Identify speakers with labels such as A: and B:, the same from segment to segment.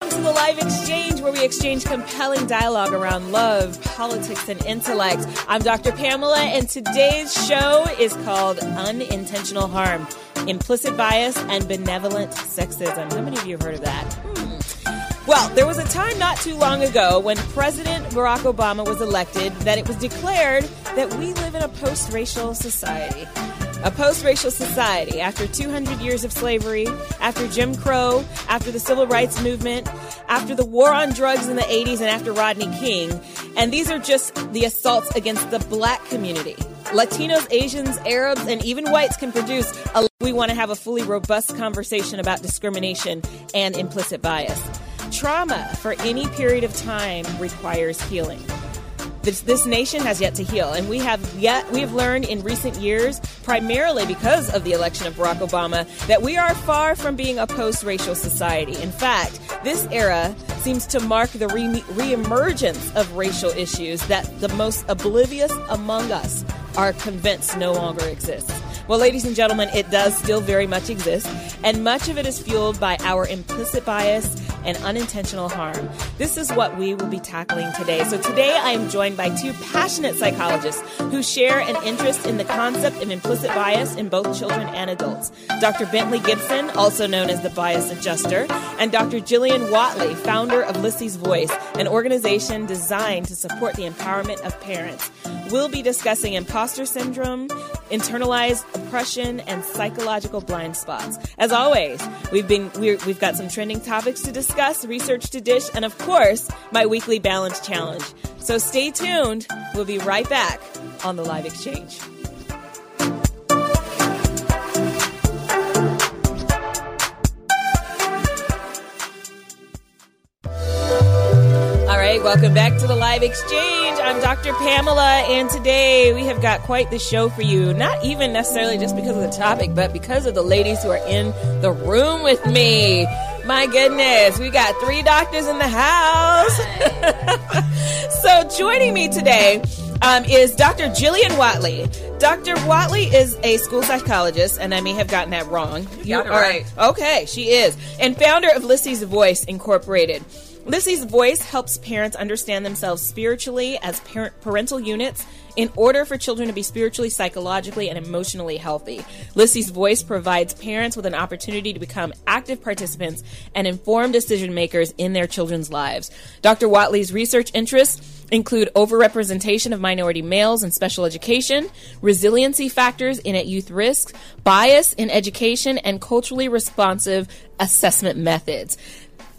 A: Welcome to Live Exchange, where we exchange compelling dialogue around love, politics, and intellect. I'm Dr. Pamela, and today's show is called Unintentional Harm Implicit Bias and Benevolent Sexism. How many of you have heard of that? Hmm. Well, there was a time not too long ago when President Barack Obama was elected that it was declared that we live in a post racial society. A post racial society after 200 years of slavery, after Jim Crow, after the civil rights movement, after the war on drugs in the 80s, and after Rodney King. And these are just the assaults against the black community. Latinos, Asians, Arabs, and even whites can produce a. We want to have a fully robust conversation about discrimination and implicit bias. Trauma for any period of time requires healing. This, this nation has yet to heal, and we have yet we have learned in recent years, primarily because of the election of Barack Obama, that we are far from being a post-racial society. In fact, this era seems to mark the re- reemergence of racial issues that the most oblivious among us are convinced no longer exists. Well, ladies and gentlemen, it does still very much exist, and much of it is fueled by our implicit bias and unintentional harm. This is what we will be tackling today. So, today I am joined by two passionate psychologists who share an interest in the concept of implicit bias in both children and adults. Dr. Bentley Gibson, also known as the Bias Adjuster, and Dr. Jillian Watley, founder of Lissy's Voice, an organization designed to support the empowerment of parents. We'll be discussing imposter syndrome, internalized oppression, and psychological blind spots. As always, we've been we're, we've got some trending topics to discuss, research to dish, and of course, my weekly balance challenge. So stay tuned. We'll be right back on the live exchange. All right, welcome back to the Live Exchange. I'm Dr. Pamela, and today we have got quite the show for you. Not even necessarily just because of the topic, but because of the ladies who are in the room with me. My goodness, we got three doctors in the house. So joining me today um, is Dr. Jillian Watley. Dr. Watley is a school psychologist, and I may have gotten that wrong. You
B: got it
A: are-
B: right.
A: Okay, she is, and founder of Lissy's Voice Incorporated. Lissy's Voice helps parents understand themselves spiritually as parent, parental units in order for children to be spiritually, psychologically, and emotionally healthy. Lissy's Voice provides parents with an opportunity to become active participants and informed decision makers in their children's lives. Dr. Watley's research interests include overrepresentation of minority males in special education, resiliency factors in at youth risk, bias in education, and culturally responsive assessment methods.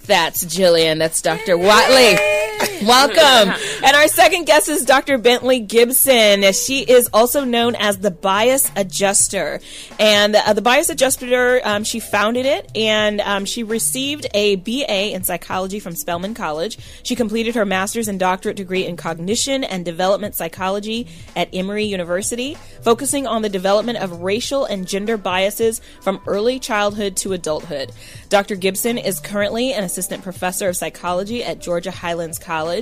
A: That's Jillian. That's Dr. Watley. Welcome. and our second guest is Dr. Bentley Gibson. She is also known as the Bias Adjuster. And uh, the Bias Adjuster, um, she founded it and um, she received a BA in psychology from Spelman College. She completed her master's and doctorate degree in cognition and development psychology at Emory University, focusing on the development of racial and gender biases from early childhood to adulthood. Dr. Gibson is currently an assistant professor of psychology at Georgia Highlands College,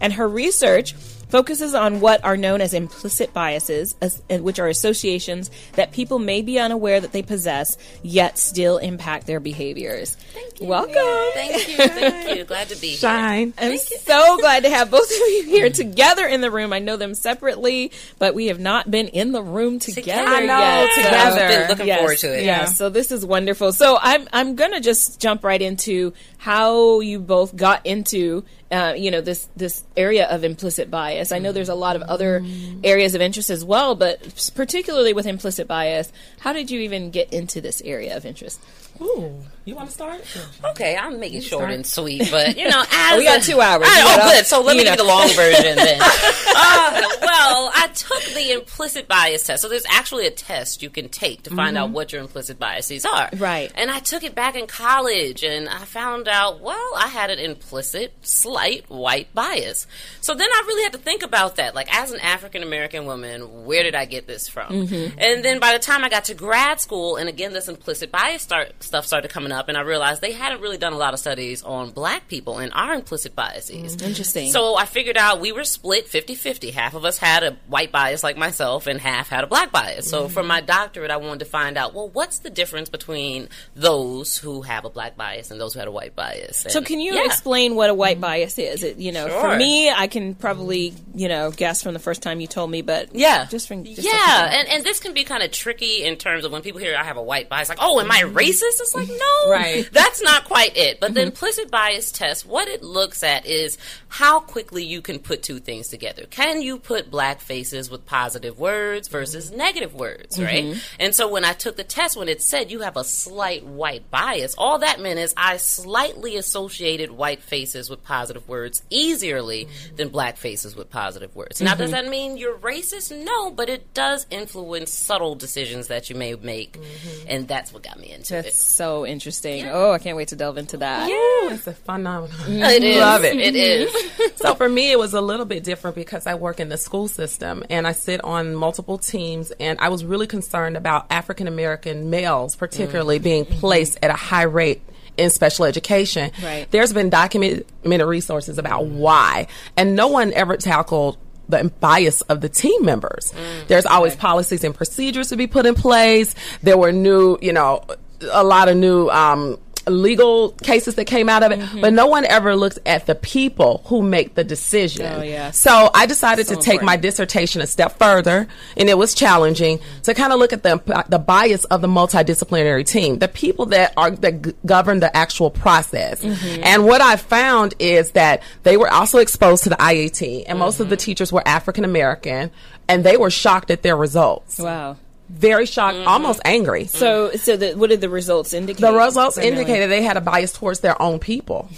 A: and her research focuses on what are known as implicit biases, as, and which are associations that people may be unaware that they possess, yet still impact their behaviors. Thank you. Welcome.
B: Thank you, thank you. Glad to be here.
C: Fine.
A: I'm so glad to have both of you here together in the room. I know them separately, but we have not been in the room together.
B: I know,
A: yet. So
B: together. I've been looking
A: Yes,
B: forward to it.
A: Yeah.
C: Yeah.
A: So this is wonderful. So I'm I'm gonna just jump right into how you both got into uh, you know this this area of implicit bias. I know there's a lot of other
B: Mm-hmm.
A: areas of interest as well, but s- particularly with implicit bias, how did you even get into this area of interest?
C: Ooh, you want to start?
B: Okay, I'll make it short and sweet, but you know, as
A: We got two hours.
B: I-
A: You know,
B: oh, good. So let me
A: you
B: give
A: know.
B: you the long version then. Uh, well, I took the implicit bias test. So there's actually a test you can take to find out what your implicit biases are.
A: Mm-hmm. Right.
B: And I took it back in college, and I found out well, I had an implicit, slight white bias. So then I really had to think about that. Like, as an African American woman, where did I get this from? And then by the time I got to grad school, and again, this implicit bias start, stuff started coming up. up and I realized they hadn't really done a lot of studies on black people and our implicit biases.
A: Interesting.
B: So I figured out we were split 50 50. Half of us had a white bias, like myself, and half had a black bias. So for my doctorate, I wanted to find out well, what's the difference between those who have a black bias and those who had a white bias?
A: So
B: And-
A: can you
B: Yeah. Mm-hmm.
A: explain what a white bias is? It, you know, for
B: Sure.
A: me, I can probably you know guess from the first time you told me, but
B: Yeah.
A: just from just
B: yeah, and, and this can be kind of tricky in terms of when people hear I have a white bias, like, oh, am I
A: Mm-hmm.
B: racist? It's like, no,
C: Right.
B: that's not quite it. But the implicit bias test, what it looks at is how quickly you can put two things together. Can you put black faces with positive words versus negative words, right? And so when I took the test, when it said you have a slight white bias, all that meant is I slightly associated white faces with positive words easierly than black faces with positive words. Now, does that mean you're racist? No, but it does influence subtle decisions that you may make, and that's what got me into it.
A: that's so interesting. Oh, I can't wait to delve into that.
C: Ooh, it's a phenomenon.
B: It is.
C: Love it.
B: It is.
C: so for me, it was a little bit different because I work in the school system and I sit on multiple teams, and I was really concerned about African American males, particularly being placed at a high rate. In special education,
A: Right.
C: there's been documented resources about why, and no one ever tackled the bias of the team members. There's always policies and procedures to be put in place. There were new, you know, a lot of new um, legal cases that came out of it, but no one ever looked at the people who make the decision.
A: Oh, yes.
C: So I decided to take
A: important.
C: my dissertation a step further, and it was challenging to kind of look at the the bias of the multidisciplinary team, the people that are that g- govern the actual process. And what I found is that they were also exposed to the IAT, and most of the teachers were African American, and they were shocked at their results.
A: Wow.
C: Very shocked, almost angry.
A: So, so the, what did the results indicate?
C: The results
A: primarily?
C: indicated Mm-hmm. they had a bias towards their own people.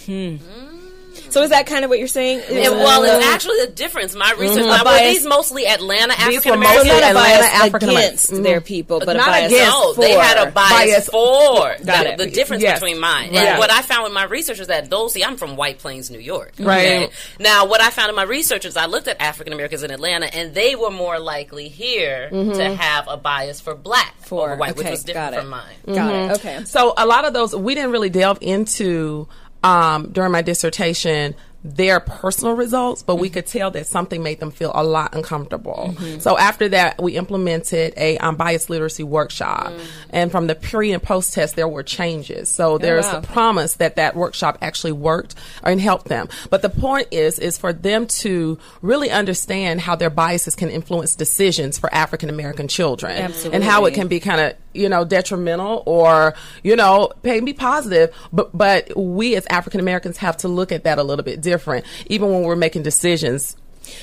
A: So, is that kind of what you're saying?
B: It- well, it's actually a difference. My research. Now, were
A: bias-
B: these mostly Atlanta
C: These were
B: African
A: not
C: mostly
A: a
B: Americans?
C: Atlanta
A: bias
C: African
A: against
C: Americans.
A: their people, but
C: Not
A: a bias
C: against-
B: No, they
A: for-
B: had a bias,
C: Bias-
B: for
A: Got
B: the,
A: it.
B: the difference
C: Yes.
B: between mine.
C: Right.
B: And what I found with my research is that those. See, I'm from White Plains, New York.
C: Right.
B: Now, what I found in my research is I looked at African Americans in Atlanta, and they were more likely here to have a bias for black
A: For-
B: over white, which
A: okay,
B: was different
A: got it.
B: from mine.
A: Got
C: Mm-hmm.
A: it. Okay.
C: So a lot of those we didn't really delve into um, during my dissertation their personal results, but we could tell that something made them feel a lot uncomfortable. So after that, we implemented a um, bias literacy workshop, and from the pre and post test, there were changes. So there's
A: wow.
C: a promise that that workshop actually worked and helped them. But the point is, is for them to really understand how their biases can influence decisions for African American children, and how it
A: Absolutely.
C: can be kind of you know detrimental or you know maybe positive but but we as african americans have to look at that a little bit different even when we're making decisions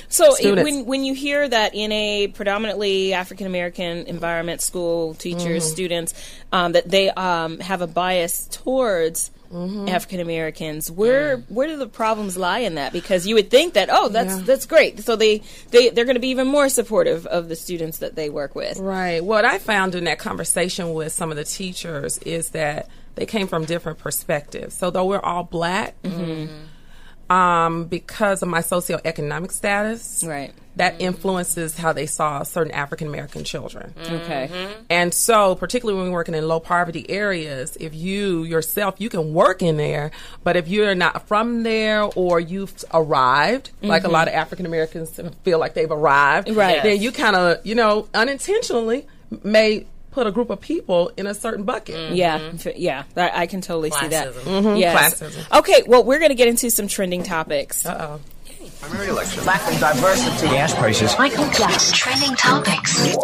A: So it,
C: students.
A: when when you hear that in a predominantly African American environment, school
C: Mm-hmm.
A: teachers, students, um, that they um, have a bias towards
C: Mm-hmm.
A: African Americans, where where do the problems lie in that? Because you would think that oh, that's
C: Mm. Yeah.
A: that's great, so they they they're going to be even more supportive of the students that they work with.
C: Right. What I found in that conversation with some of the teachers is that they came from different perspectives. So though we're all black, um, because of my socioeconomic status,
A: Right.
C: that influences how they saw certain African American children.
A: Okay.
C: And so, particularly when we're working in low poverty areas, if you yourself, you can work in there, but if you're not from there or you've arrived, like a lot of African Americans feel like they've arrived,
A: Mm-hmm. Right.
C: then you kind of, you know, unintentionally may put a group of people in a certain bucket.
A: Yeah, f- yeah, that, I can totally see that.
B: Classism.
A: Yes.
C: Mm-hmm. Classism.
A: Okay, well, we're going to get into some trending topics.
C: Uh-oh.
D: Primary election. Lack of diversity. Gas prices.
E: Michael Glass. Trending topics.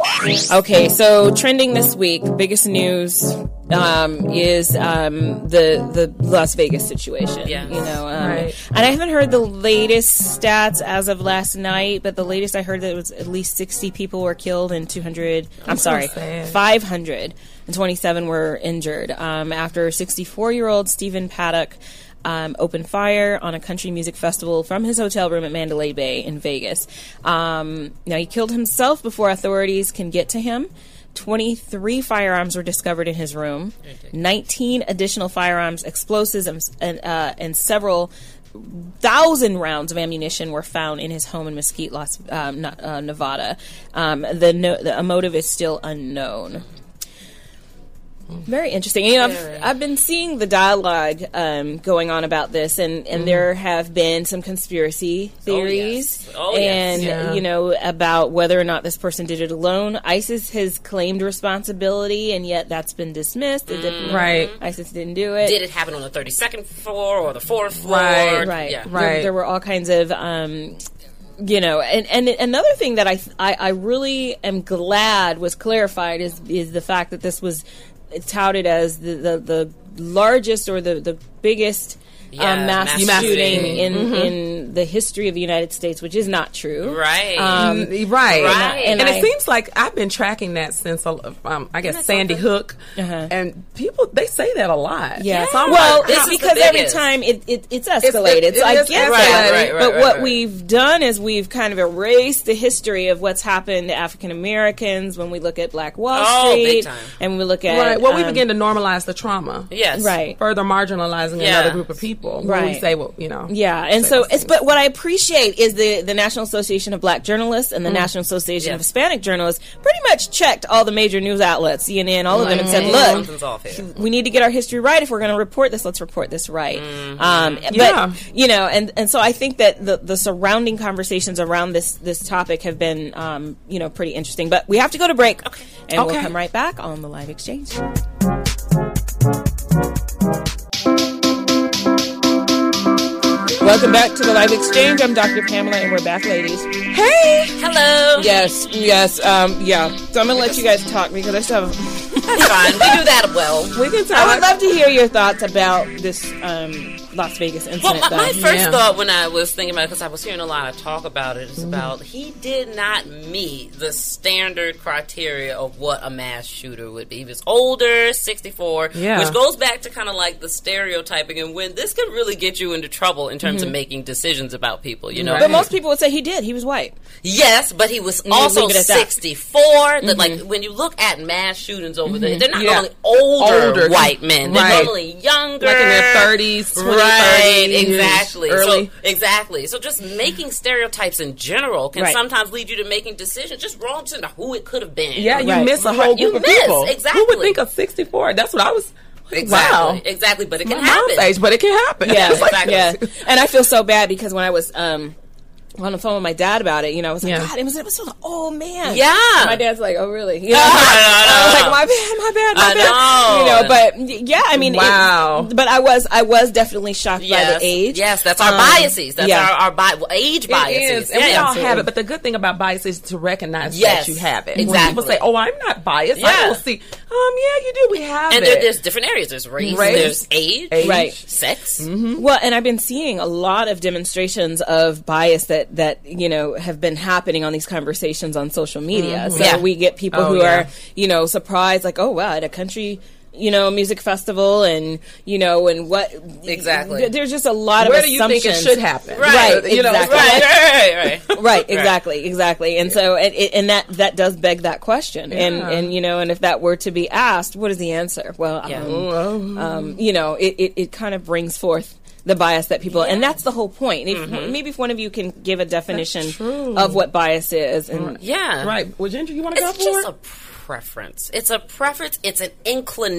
A: Okay, so trending this week, biggest news um, is um, the the Las Vegas situation.
B: Yes.
A: You know, um,
C: Right.
A: and I haven't heard the latest stats as of last night, but the latest I heard that it was at least sixty people were killed and two hundred. I'm sorry,
C: sad.
A: five hundred and twenty-seven were injured um, after 64-year-old Stephen Paddock. Um, opened fire on a country music festival from his hotel room at Mandalay Bay in Vegas. Um, now, he killed himself before authorities can get to him. 23 firearms were discovered in his room, 19 additional firearms, explosives, and, and, uh, and several thousand rounds of ammunition were found in his home in Mesquite, Las, um, not, uh, Nevada. Um, the, no- the motive is still unknown. Very interesting. You know, I've, I've been seeing the dialogue um, going on about this, and, and there have been some conspiracy theories,
B: Mm-hmm. Oh, yes. Oh, yes.
A: and
C: Yeah.
A: you know about whether or not this person did it alone. ISIS has claimed responsibility, and yet that's been dismissed. It didn't-
C: Right.
A: ISIS didn't do it.
B: Mm. Did it happen on the 32nd floor or the fourth floor?
C: Right,
A: right
B: Yeah.
A: There-
C: Right.
A: There, were all kinds of um you know and and another thing that I, th- I i really am glad was clarified is is the fact that this was touted as the the, the largest or the the biggest
B: Yeah,
A: um, mass,
B: mass
A: shooting,
B: shooting.
A: in in the history of the united states which is not true
B: Right.
C: Mm,
B: Right.
C: right.
A: Um,
C: And,
A: And I-
C: it seems like I've been tracking that since, uh, um, I guess, Sandy Hook. And people, they say that a lot.
A: Yeah.
C: So
A: Uh-huh.
C: I'm
A: Well,
C: like,
B: this
A: it's
B: is the
A: because every
B: biggest.
A: time it, it it's
C: it-
A: escalated.
C: it
A: so I
C: is
A: get that.
C: escalated.
B: Right, right,
A: but
B: right,
A: what
B: right.
A: we've done is we've kind of erased the history of what's happened to African Americans when we look at Black Wall
B: Oh, big
A: Street
B: time.
A: and we look at
C: right. Well, we
A: um,
C: begin to normalize the trauma.
B: yes.
A: right.
C: Further marginalizing
B: Yeah.
C: another group of people. When
A: Right.
C: we say, well, you know.
A: Yeah, and so it's but what I appreciate is the the National Association of Black Journalists and the
C: Mm-hmm.
A: National Association of
B: Yeah.
A: Hispanic Journalists pretty much checked all the major news outlets, CNN, all of them, and said,
C: Mm-hmm.
A: "Look,
B: Something's off here.
A: we need to get our history right. If we're going to report this, let's report this right.
B: Mm-hmm.
A: Um, but
C: Yeah.
A: you know, and and so I think that the the surrounding conversations around this this topic have been um, you know pretty interesting. But we have to go to break, and we'll
C: Okay.
A: come right back on the live exchange. Welcome back to the live exchange. I'm Dr. Pamela, and we're back, ladies. Hey.
B: Hello.
A: Yes, yes, um, yeah. So I'm gonna let you guys talk because I still have
B: That's fine. We do that well.
C: We can talk.
A: I
B: Uh,
A: would love to hear your thoughts about this um, Las Vegas
B: Well,
A: incident.
B: my, my
A: though.
B: first
C: Yeah.
B: thought when I was thinking about it, because I was hearing a lot of talk about it, is
C: Mm-hmm.
B: about he did not meet the standard criteria of what a mass shooter would be. He was older, 64,
C: Yeah.
B: which goes back to kind of like the stereotyping and when this could really get you into trouble in
C: Mm-hmm.
B: terms of making decisions about people, you know?
A: but most people would say he did. He was white.
B: Yes, but he was
A: you
B: also
A: leave it at that.
B: 64. That, like, when you look at mass shootings over there, they're not
C: Mm-hmm. Yeah.
B: normally older,
C: Older.
B: white men. They're
C: Right.
B: normally younger.
C: Like in their 30s, 20s,
B: Right,
C: 30s,
B: exactly.
C: Early.
B: So, exactly. So just making stereotypes in general can
A: Right.
B: sometimes lead you to making decisions just wrong to know who it could have been.
C: yeah, you
A: Right.
C: miss a whole
B: Right. You
C: group of
B: miss,
C: people.
B: exactly.
C: Who would think of 64? That's what I was.
B: Exactly.
C: Wow.
B: Exactly. But it
C: My
B: can
C: mom's
B: happen.
C: age, but it can happen.
A: Yeah,
C: It's like-
B: exactly.
A: yeah. And I feel so bad because when I was um, on the phone with my dad about it, you know, I was like,
C: Yeah.
A: God, it was, it was an old man.
B: Yeah.
A: And my dad's like, Oh, really? You know, I was
B: I
A: like, My bad, my bad, my
B: I
A: bad. You know, but y- yeah, I mean, it-
C: Wow.
A: but I was, I was definitely shocked by
B: Yes.
A: the age.
B: Yes, that's our
A: Um,
B: biases. That's
A: yeah.
B: our, our bi- age biases.
C: It is, and we
B: Yeah.
C: all have it. But the good thing about bias is to recognize
B: Yes,
C: that you have it. When
B: exactly.
C: people say, "Oh, I'm not biased," I
B: Yeah.
C: don't see. Um, yeah, you do. We have
B: and
C: it.
B: there, there's different areas. There's race,
C: Race.
B: there's age,
C: Age. Mm-hmm.
A: Right.
B: sex.
A: Well, and I've been seeing a lot of demonstrations of bias that that you know have been happening on these conversations on social media. So
B: Yeah.
A: we get people
C: Oh,
A: who
C: yeah.
A: are you know surprised, like, oh wow, at a country you know music festival, and you know, and what
B: Exactly.
A: Th- There's just a lot
C: Where
A: of
C: do you think it
A: assumptions.
C: should happen?
A: Right,
C: You know,
A: exactly.
B: Right, right, right, right.
A: Right, exactly, exactly, and so and, and that that does beg that question, and and you know, and if that were to be asked, what is the answer? Well,
B: Yeah.
A: um,
C: oh,
A: um, you know, it, it, it kind of brings forth the bias that people, and that's the whole point. If, Maybe if one of you can give a definition of what bias is, and
B: Yeah.
C: right. Well, Ginger, you want to go
B: It's
C: for
B: just
C: it?
B: a preference. It's a preference. It's an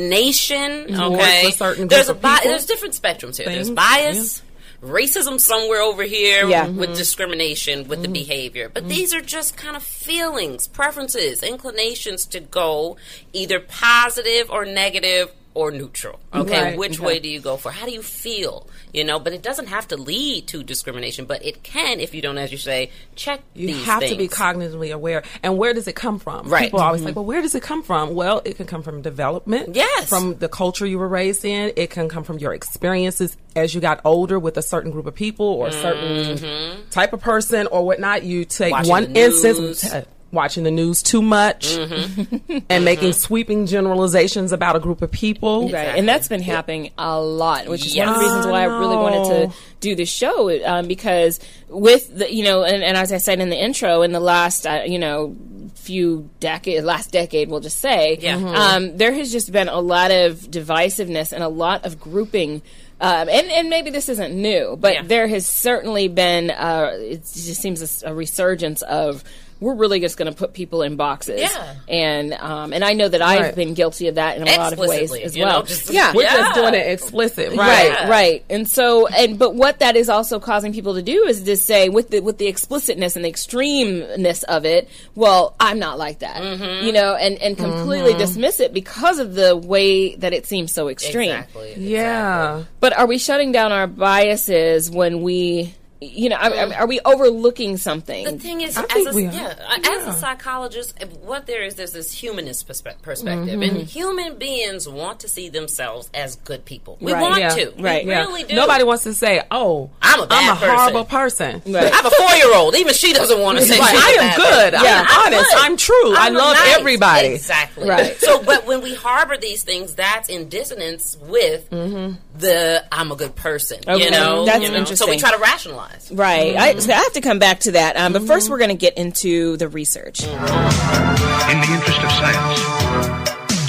B: inclination.
C: Towards
B: Okay.
C: a certain group
B: there's
C: of
B: bi-
C: people.
B: there's different spectrums here. There's
C: Things,
B: bias. Racism somewhere over here
A: Yeah.
B: with
C: Mm-hmm.
B: discrimination with the behavior, but these are just kind of feelings, preferences, inclinations to go either positive or negative or neutral. Okay,
C: Right.
B: which
C: Okay.
B: way do you go for? How do you feel? You know, but it doesn't have to lead to discrimination, but it can if you don't, as you say, check.
C: You
B: these
C: have to be
B: things.
C: cognitively aware. And where does it come
B: Right.
C: from?
B: Mm-hmm.
C: People are always like, well, where does it come from? Well, it can come from development.
B: Yes.
C: From the culture you were raised in. It can come from your experiences as you got older with a certain group of people or a certain type of person or whatnot. You take
B: Mm-hmm. Watching
C: one
B: the
C: instance.
B: news.
C: Watching the news too much
B: Mm-hmm.
C: and making sweeping generalizations about a group of people.
A: Right, and that's been happening a lot, which is one of the
B: Yes.
A: reasons why I really wanted
C: no.
A: to do this show um, because with the you know, and, and as I said in the intro, in the last uh, you know few decade, last decade, we'll just say,
B: Yeah. Mhm.
A: um, there has just been a lot of divisiveness and a lot of grouping. Um, and, and maybe this isn't new, but
B: Yeah.
A: there has certainly been, uh, it just seems a, s- a resurgence of we're really just going to put people in boxes.
B: Yeah.
A: And um, and I know that I've
C: Right.
A: been guilty of that in a lot of ways
B: Explicitly,
A: as
B: you
A: well.
B: know, just-
A: yeah.
C: We're
B: Yeah.
C: just doing it explicit,
A: Right,
C: right?
A: right. And so and but what that is also causing people to do is to say with the with the explicitness and the extremeness of it, well, I'm not like that.
B: Mm-hmm.
A: You know, and and completely dismiss it because of the way that it seems so extreme.
B: Exactly.
C: Yeah.
A: But are we shutting down our biases when we you know, I, I, are we overlooking something?
B: Mm-hmm. The thing is, as
C: think
B: a,
C: we are.
B: yeah, I- as a psychologist, what there is, there's this humanist perspe- perspective, and
C: Mm-hmm.
B: human beings want to see themselves as good people. We
A: Right.
B: want
C: Yeah.
B: to, We
A: Right. Yeah.
B: really do.
C: Nobody wants to say, "Oh,
B: I'm a bad person.
C: horrible person."
B: I have a four year old. Even she doesn't want to say
C: Like,
B: she's
C: I
B: a
C: am
B: bad
C: good.
B: person.
C: I am honest. I'm true. i
B: I'm
C: love
B: nice.
C: everybody.
B: Exactly.
A: Right.
B: So, but when we harbor these things, that's in dissonance with the "I'm a good person."
A: Okay.
B: You know,
A: That's
B: you know? So we
A: interesting.
B: try to rationalize.
A: Right. I,
B: Mm-hmm.
A: so I have to come back to that. Um, but first, we're going to get into the research.
F: In the interest of science.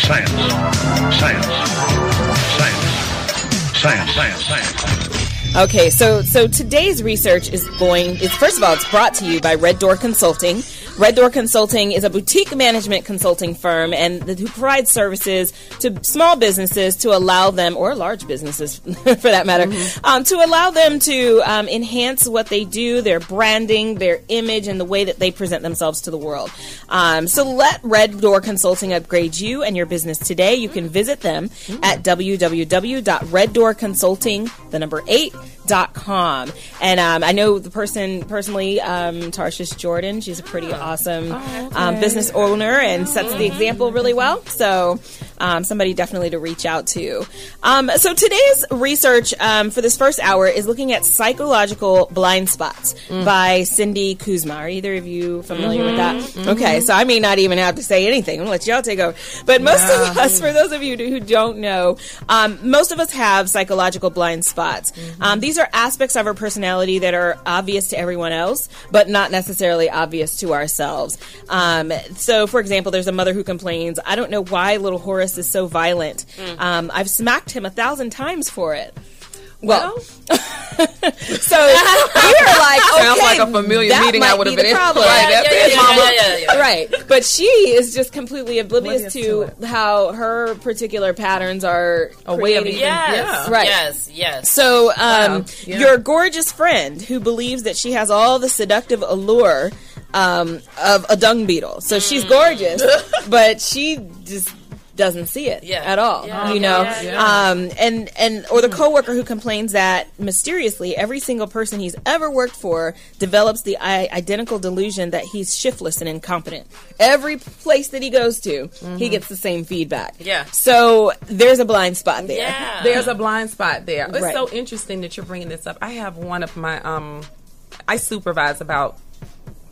F: Science. Science. Science. Science. Science. Science.
A: Okay, so so today's research is going. Is, first of all, it's brought to you by Red Door Consulting. Red Door Consulting is a boutique management consulting firm and the, who provides services to small businesses to allow them, or large businesses for that matter, um, to allow them to um, enhance what they do, their branding, their image, and the way that they present themselves to the world. Um, so let Red Door Consulting upgrade you and your business today. You can visit them at www.reddoorconsulting, the number eight, dot com. And um, I know the person personally, um, Tarshish Jordan. She's a pretty awesome um, business owner and sets the example really well. So um, somebody definitely to reach out to. Um, so today's research um, for this first hour is looking at psychological blind spots by Cindy Kuzma. Are either of you familiar with that? Okay, so I may not even have to say anything. I'm gonna let y'all take over. But most of us, for those of you who don't know, um, most of us have psychological blind spots.
C: Mm-hmm.
A: Um, these are aspects of our personality that are obvious to everyone else, but not necessarily obvious to ourselves. Um, so, for example, there's a mother who complains, "I don't know why little Horace is so violent.
C: Mm.
A: Um, I've smacked him a thousand times for it." Well, so we're like, okay,
C: Sounds like a familiar
A: that
C: meeting I
A: might
C: would've
A: be
C: been
A: the
C: in.
A: problem.
C: Right, Yeah, that's yeah, it, yeah, mama.
B: yeah, yeah, yeah.
A: Right, but she is just completely oblivious to,
C: Oblivious to
A: how her particular patterns are a
C: way of even-
B: Yes.
A: Right.
B: Yes. Yes.
A: So, um,
C: yeah.
A: your gorgeous friend who believes that she has all the seductive allure um, of a dung beetle. So she's
B: Mm.
A: gorgeous, but she just doesn't see it
B: Yeah.
A: at all.
B: Yeah.
A: You know,
B: Yeah, Mm.
A: um, and and or the coworker who complains that mysteriously every single person he's ever worked for develops the I- identical delusion that he's shiftless and incompetent. Every place that he goes to, he gets the same feedback.
B: Mm-hmm. Yeah.
A: So there's a blind spot there.
B: yeah.
C: There's a blind spot there. It's
A: Right.
C: so interesting that you're bringing this up. I have one of my um, I supervise about.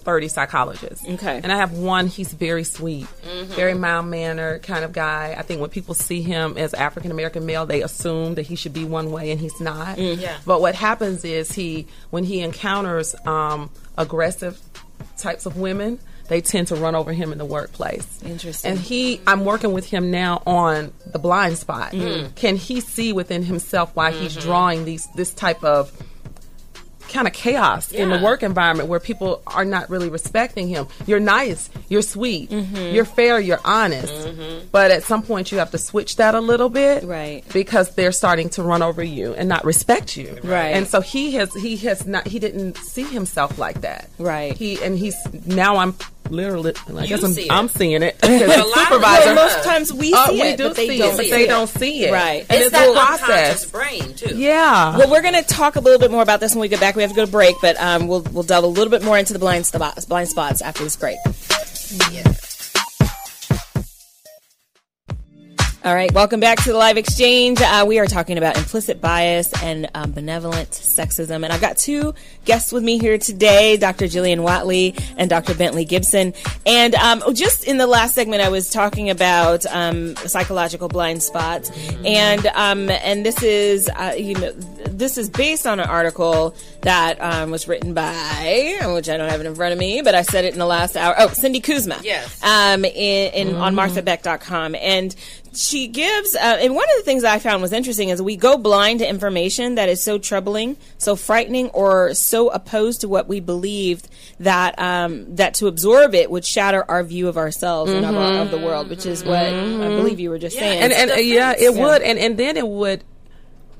C: 30 psychologists.
A: Okay.
C: And I have one, he's very sweet,
B: Mm-hmm.
C: very mild mannered kind of guy. I think when people see him as African American male, they assume that he should be one way and he's not.
B: Mm. Yeah.
C: But what happens is he, when he encounters um, aggressive types of women, they tend to run over him in the workplace.
A: Interesting.
C: And he, I'm working with him now on the blind spot.
A: Mm.
C: Can he see within himself why he's
A: Mm-hmm.
C: drawing these this type of kind of chaos in the
B: Yeah.
C: work environment where people are not really respecting him. You're nice, you're sweet,
A: Mm-hmm.
C: you're fair, you're honest. But at some point you have to switch that a little bit.
A: Right.
C: Because they're starting to run over you and not respect you.
A: Right.
C: And so he has he has not he didn't see himself like that.
A: Right.
C: He and he's now I'm literally I guess I'm,
B: see it.
C: I'm seeing it. as a
B: lot of-
C: supervisor.
A: Well, most times we see
C: Uh, we
A: it,
C: do
A: but they
C: see
A: don't.
C: it, but
A: see
C: they
A: it.
C: don't see it.
A: Right.
C: And
B: it's,
C: it's,
B: that
C: a
B: unconscious
C: process.
B: brain too.
C: Yeah.
A: Well, we're going to talk a little bit more about this when we get back. We have to go to break, but um, we'll we'll delve a little bit more into the blind spots, blind spots after this break. All right, welcome back to the live exchange. Uh, we are talking about implicit bias and um, benevolent sexism, and I've got two guests with me here today: Dr. Jillian Watley and Dr. Bentley Gibson. And um, oh, just in the last segment, I was talking about um, psychological blind spots, and um, and this is uh, you know this is based on an article that um, was written by, which I don't have it in front of me, but I said it in the last hour. Oh, Cindy Kuzma.
B: Yes.
A: Um, in, in on
C: Mm.
A: MarthaBeck.com, and she gives. Uh, and one of the things I found was interesting is we go blind to information that is so troubling, so frightening, or so opposed to what we believed that um, that to absorb it would shatter our view of ourselves and of, our, of the world, which is what I believe you were just saying.
C: and and uh, Mm-hmm. yeah, it would, and and then it would.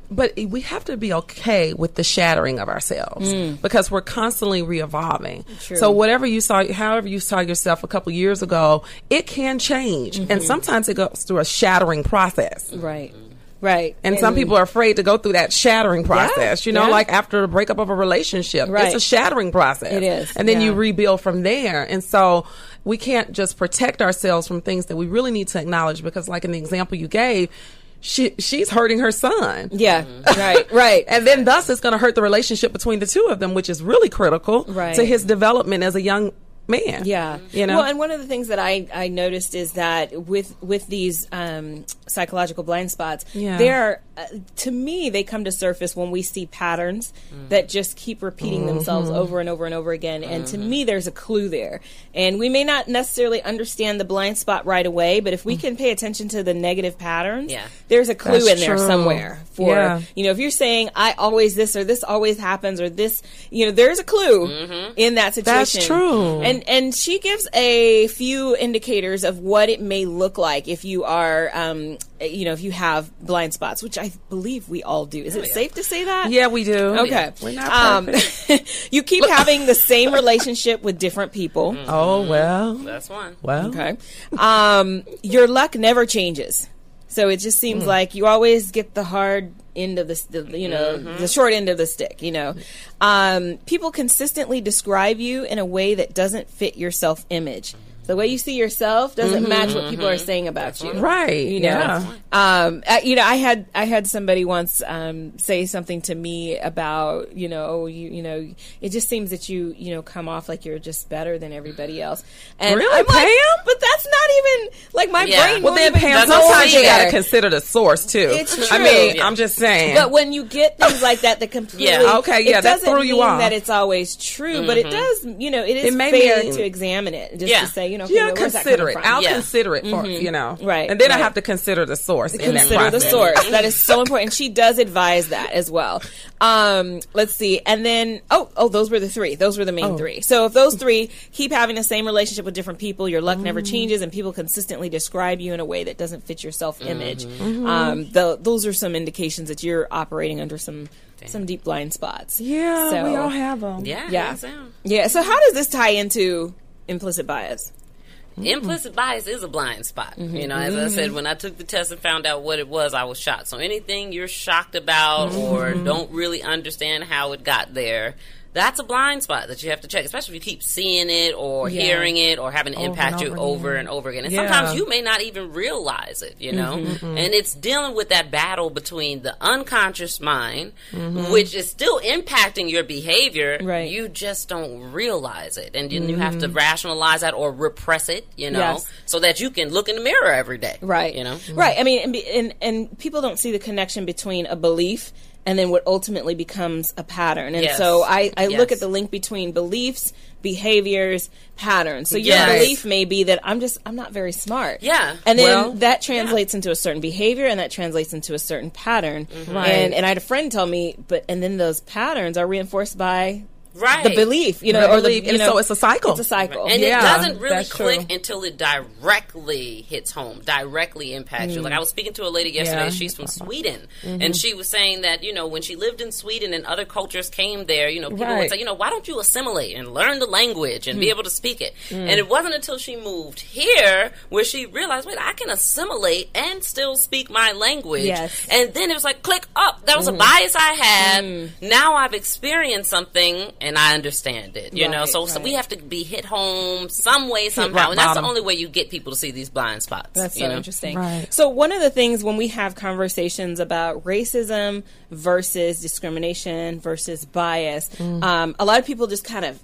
C: But we have to be okay with the shattering of ourselves
A: Mm.
C: because we're constantly re-evolving. So whatever you saw, however you saw yourself a couple years ago, it can change,
A: Mm-hmm.
C: and sometimes it goes through a shattering process.
A: Right. Right.
C: And, some people are afraid to go through that shattering process, you know,
A: yeah.
C: like after the breakup of a relationship.
A: Right.
C: It's a shattering process.
A: It is,
C: And then you
A: yeah.
C: rebuild from there. And so we can't just protect ourselves from things that we really need to acknowledge because like in the example you gave, she she's hurting her son.
A: Yeah.
C: Mm-hmm.
A: Right. Right.
C: And then thus it's going to hurt the relationship between the two of them, which is really critical
A: Right.
C: to his development as a young man.
A: Yeah,
C: You know.
A: Well, and one of the things that I, I noticed is that with with these um, psychological blind spots,
C: Yeah.
A: they're uh, to me they come to surface when we see patterns
C: Mm.
A: that just keep repeating
C: Mm-hmm.
A: themselves over and over and over again. And to me, there's a clue there. And we may not necessarily understand the blind spot right away, but if we can pay attention to the negative patterns,
B: Yeah.
A: there's a clue
C: Mm. That's
A: in there
C: true.
A: somewhere for
C: Yeah.
A: you know if you're saying I always this or this always happens or this you know there's a clue in that
C: Mm-hmm. That's
A: situation.
C: true.
A: And and she gives a few indicators of what it may look like if you are, um, you know, if you have blind spots, which I believe we all do. Is it safe to say that?
C: Oh, yeah, we do.
A: Okay.
C: We're not perfect.
A: um, you keep having the same relationship with different people.
C: oh, well.
B: That's one.
C: Well.
A: Okay. Um, your luck never changes. So it just seems like you always get the hard end of the, st- the you know, the short end of the stick, you know. Um, people consistently describe you in a way that doesn't fit your self image. The way you see yourself doesn't match what people are saying about you.
C: Right.
A: You know,
C: yeah.
A: um, I, you know, I had I had somebody once um, say something to me about you know oh, you you know it just seems that you you know come off like you're just better than everybody else. And
C: Really,
A: I'm like,
C: Pam?
A: but that's not even like my
B: Yeah.
A: brain.
C: Well,
A: won't
C: then,
A: even
C: Pam,
A: go
C: sometimes you
A: there.
C: got to consider the source, too.
A: It's
C: I
A: true.
C: mean,
B: Yeah.
C: I'm just saying.
A: But when you get things like that, that completely
B: Yeah.
C: Okay, yeah,
A: it
C: that
A: doesn't
C: threw you
A: mean
C: off.
A: that it's always true, but it does. You know, it is
C: It may
A: fair
C: mean-
A: to examine it just
B: Yeah.
A: to say you know okay,
C: Mm-hmm. yeah,
A: well, where's that
C: consider
A: coming
C: it.
A: from? Mm-hmm.
C: I'll
B: Yeah.
C: consider it for you know,
A: Right,
C: And then I
A: right.
C: have to consider the source in that
A: consider the
C: process.
A: source. That is so important. She does advise that as well. Um, let's see, and then oh oh, those were the three. Those were the main
C: Oh.
A: three. So if those three keep having the same relationship with different people, your luck
C: Mm.
A: never changes, and people consistently describe you in a way that doesn't fit your self image.
C: Mm-hmm.
A: Um, tho- those are some indications that you're operating under some some deep blind spots.
C: Yeah,
A: So-
C: we all have them.
B: Yeah.
A: Yeah.
B: that's one.
A: Yeah. So how does this tie into implicit bias?
B: Implicit bias is a blind spot. You know, as I said, when I took the test and found out what it was, I was shocked. So anything you're shocked about or don't really understand how it got there, that's a blind spot that you have to check, especially if you keep seeing it or hearing it or having it impact you over and over again. And sometimes
C: Yeah.
B: you may not even realize it, you know? And it's dealing with that battle between the unconscious mind, which is still impacting your behavior.
A: Right.
B: You just don't realize it. And then you have to rationalize that or repress it, you know,
A: Mm-hmm. Yes.
B: so that you can look in the mirror every day.
A: right
B: You know?
A: right i mean and, be- and and people don't see the connection between a belief and then what ultimately becomes a pattern and
B: Yes.
A: so i, I
B: Yes.
A: look at the link between beliefs behaviors patterns so your
B: Yes.
A: belief may be that i'm just i'm not very smart
B: Yeah.
A: and then
C: Well,
A: that translates into a certain behavior and that translates into a certain pattern
B: Mm-hmm.
A: and and i had a friend tell me but and then those patterns are reinforced by
B: Right.
A: the belief you know or the
C: Belief,
A: you
C: and
A: know,
C: so it's a cycle.
A: it's a cycle
B: And
C: Yeah,
B: it doesn't really
C: that's
B: click
C: true.
B: until it directly hits home, directly impacts you. Like I was speaking to a lady yesterday,
C: Hmm. Yeah. Mm-hmm.
B: she's from Sweden, and she was saying that, you know, when she lived in Sweden and other cultures came there, you know, people
C: Right. Hmm.
B: would say, you know, why don't you assimilate and learn the language and be able to speak it? And it wasn't until she moved here where she realized, wait, I can assimilate and still speak my language.
A: Yes.
B: And then it was like, click up. That
C: Hmm.
B: was a bias I had. Now I've experienced something and I understand it, you know?
A: Right,
B: So, so
A: right.
B: we have have to be hit home some way, somehow.
C: rock
B: and that's
C: bottom.
B: the only way you get people to see these blind spots.
A: That's
B: you
A: so
B: know?
A: interesting.
C: Right.
A: So one of the things when we have conversations about racism versus discrimination versus bias,
C: Mm.
A: um, a lot of people just kind of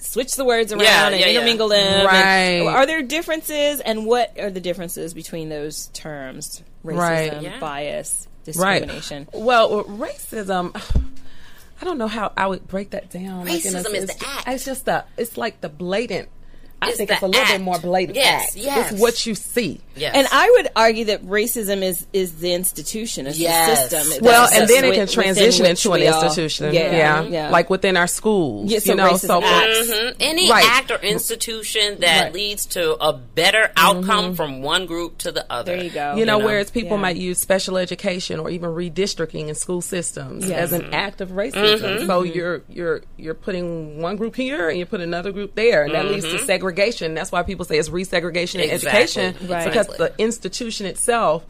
A: switch the words around
B: Yeah,
A: and
B: yeah, yeah.
A: intermingle them. and-
C: Right.
A: are there differences, and what are the differences between those terms? Racism,
C: Right.
B: Yeah.
A: bias, discrimination.
C: Right. Well, racism. I don't know how I would break that down. Like, in a
B: Racism is the
C: sense,
B: act.
C: It's just the. It's like the blatant. I
B: It's
C: think
B: the
C: it's a little
B: act.
C: bit more blatant.
B: Yes,
C: act.
B: yes.
C: It's what you see.
B: Yes.
A: And I would argue that racism is is the institution, it's
B: Yes.
A: the system. It's
C: Well,
A: the system
C: and then it can
A: within
C: transition
A: which
C: into an
A: we all-
C: institution.
A: yeah,
C: yeah.
A: yeah.
C: Like within our schools.
A: Yeah, so
C: you know,
A: racism
C: so
A: acts.
B: Mhm. Any
C: Right.
B: act or institution that
C: Right.
B: leads to a better outcome from one group to the other.
A: Mm-hmm. There you go.
C: you know,
B: know?
C: whereas people
A: Yeah.
C: might use special education or even redistricting in school systems
A: Yes. Mm-hmm.
C: as an act of racism. So you're you're you're putting one group here and you put another group there, and that leads
A: Mm-hmm.
C: to segregation. That's why people say it's resegregation in
B: Exactly.
C: education
B: Right.
C: because
B: Exactly.
C: the institution itself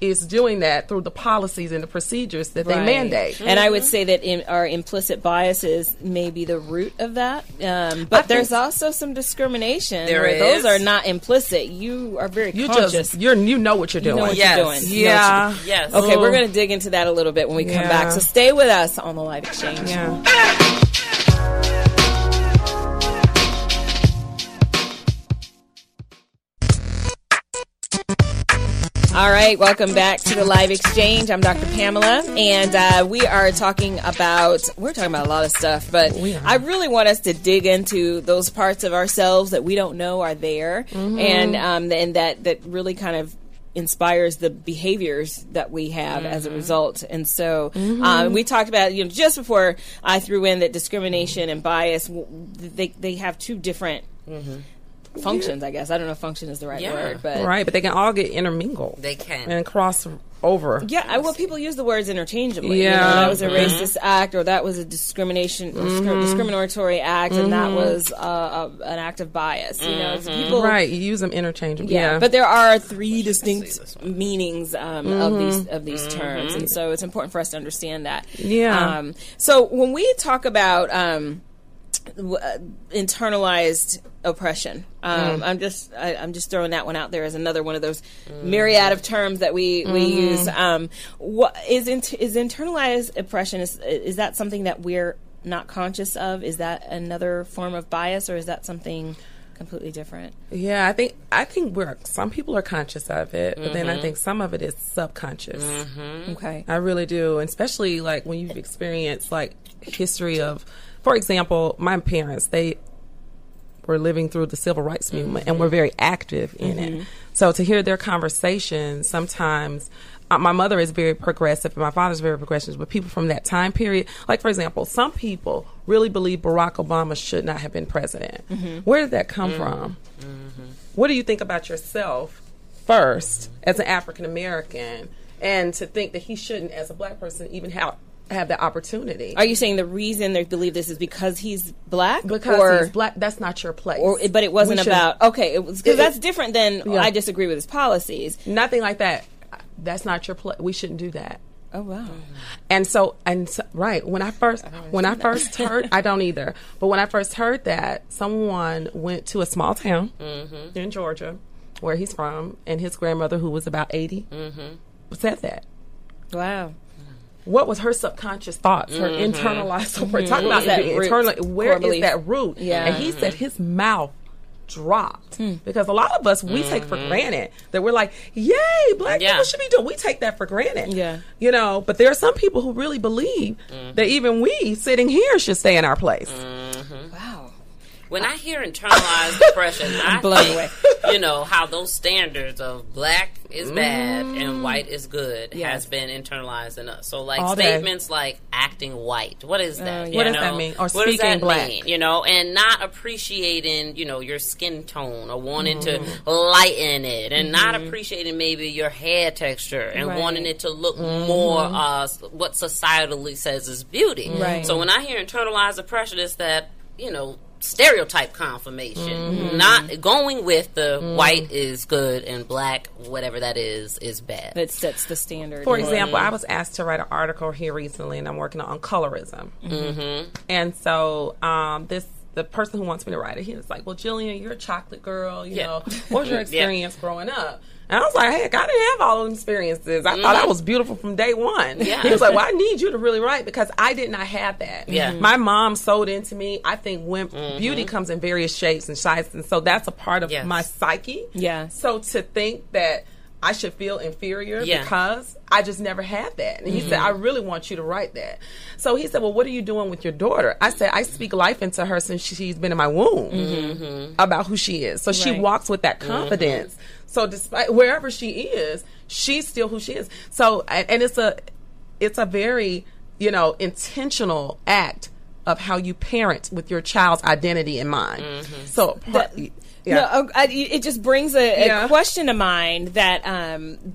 C: is doing that through the policies and the procedures that they
A: Right.
C: mandate.
A: And I would say that in our implicit biases may be the root of that. Um, but there's also some discrimination.
B: There
A: where
B: is.
A: Those are not implicit. You are very
C: You
A: conscious.
C: just you're you know what you're
A: you
C: doing.
A: know what
B: Yes.
A: you're doing. You know what you're
C: yeah.
A: doing.
B: Yes.
A: Okay, we're
C: Ooh.
A: going to dig into that a little bit when we come
C: Oh. Yeah.
A: back. So stay with us on the live exchange.
C: Yeah.
A: All right, welcome back to the live exchange. I'm Dr. Pamela, and uh, we are talking about we're talking about a lot of stuff, but I really want us to dig into those parts of ourselves that we don't know are there, and um, and that that really kind of inspires the behaviors that we have as a result. And so um, we talked about you know just before I threw in that discrimination and bias w- they they have two different. Functions, I guess. I don't know if function is the right
B: Yeah.
A: word, but
C: Right, but they can all get intermingled.
B: They can.
C: and cross over.
A: Yeah, I, well, people use the words interchangeably. Yeah,
C: Yeah.
A: that was a racist act, or that was a discrimination discri- discriminatory act, and that was uh, a, an act of bias. You know, it's people.
C: Right, you use them interchangeably.
A: Yeah,
C: Yeah,
A: but there are three distinct meanings um, of these
C: Mm-hmm.
A: of these terms, and so it's important for us to understand that.
C: Yeah.
A: Um, so when we talk about um, w- uh, internalized oppression, um,
C: Mm.
A: I'm just I, I'm just throwing that one out there as another one of those myriad of terms that we we
C: Mm-hmm.
A: use. Um, what is int- is internalized oppression? Is is that something that we're not conscious of? Is that another form of bias, or is that something completely different?
C: yeah. I think I think we're some people are conscious of it, but then I think some of it is subconscious.
A: Okay.
C: I really do, and especially like when you've experienced like history of, for example, my parents they were living through the civil rights movement and were very active in it. So to hear their conversations, sometimes uh, my mother is very progressive and my father's very progressive, but people from that time period, like for example, some people really believe Barack Obama should not have been president. Where did that come from? What do you think about yourself first as an African American, and to think that he shouldn't, as a black person, even have have the opportunity?
A: Are you saying the reason they believe this is because he's black?
C: because
A: or,
C: he's black, that's not your place.
A: Or, but it wasn't
C: We should-
A: about okay. It was because
C: It-
A: that's different than
C: Yeah.
A: I disagree with his policies.
C: nothing like that. That's not your place. We shouldn't do that.
A: Oh wow.
C: And so, and so, right when I first when I first heard, I don't either. But when I first heard that, someone went to a small town
A: Mm-hmm.
C: in Georgia, where he's from, and his grandmother, who was about 80
A: Mm-hmm.
C: said that.
A: Wow.
C: what was her subconscious thoughts, her
A: Mm-hmm.
C: internalized oppression? Talk about
A: That
C: that
A: root,
C: internal. Where
A: core
C: is
A: belief.
C: that root?
A: Yeah. Hmm.
C: And he said his mouth dropped because a lot of us we take
A: Mm-hmm.
C: for granted that we're like, yay, black
B: Yeah.
C: people should be doing. We take that for granted.
A: Yeah. Mm-hmm.
C: You know, but there are some people who really believe that even we sitting here should stay in our place.
A: Wow.
B: When I hear internalized oppression, I
A: blown
B: think,
A: away.
B: you know, how those standards of black is bad and white is good has been internalized in us. So, like,
C: Mm. All day. Oh,
B: statements like acting white, what is that? you
C: What does that
B: know?
C: mean? Or
B: What does
C: speaking
B: that
C: black.
B: mean? You know, and not appreciating, you know, your skin tone or wanting
C: Mm.
B: to lighten it and not
C: Mm-hmm.
B: appreciating maybe your hair texture and
A: Right.
B: wanting it to look
C: Mm-hmm.
B: more uh, s- what societally says is beauty.
A: Right.
B: So when I hear internalized oppression, it's that you know stereotype confirmation,
A: Mm-hmm.
B: not going with the white is good and black whatever that is is bad.
A: That sets the standard.
C: For example, I was asked to write an article here recently, and I'm working on colorism.
B: Mm-hmm.
C: And so um, this the person who wants me to write it, he was like, "Well, Jillian, you're a chocolate girl. You
B: Yeah.
C: know, what was your experience growing up?" And I was like, "Heck, I didn't have all those experiences. I thought I was beautiful from day one."
B: Mm-hmm. Yeah.
C: He was like, "Well, I need you to really write because I did not have that.
B: Yeah. Mm-hmm.
C: My mom sewed into me. I think when beauty comes in various shapes and sizes, and so that's a part of
B: Yes.
C: my psyche.
A: Yes.
C: So to think that I should feel inferior
B: Yeah.
C: because I just never had that. And he said, I really want you to write that. So he said, Well, what are you doing with your daughter? I said, I speak life into her since she's been in my womb about who she is. So she walks with that confidence. So despite wherever she is, she's still who she is. So and, and it's a it's a very you know intentional act of how you parent with your child's identity in mind. So part- yeah.
A: No, oh, I, I- it just brings a, a
C: Yeah.
A: question to mind that um,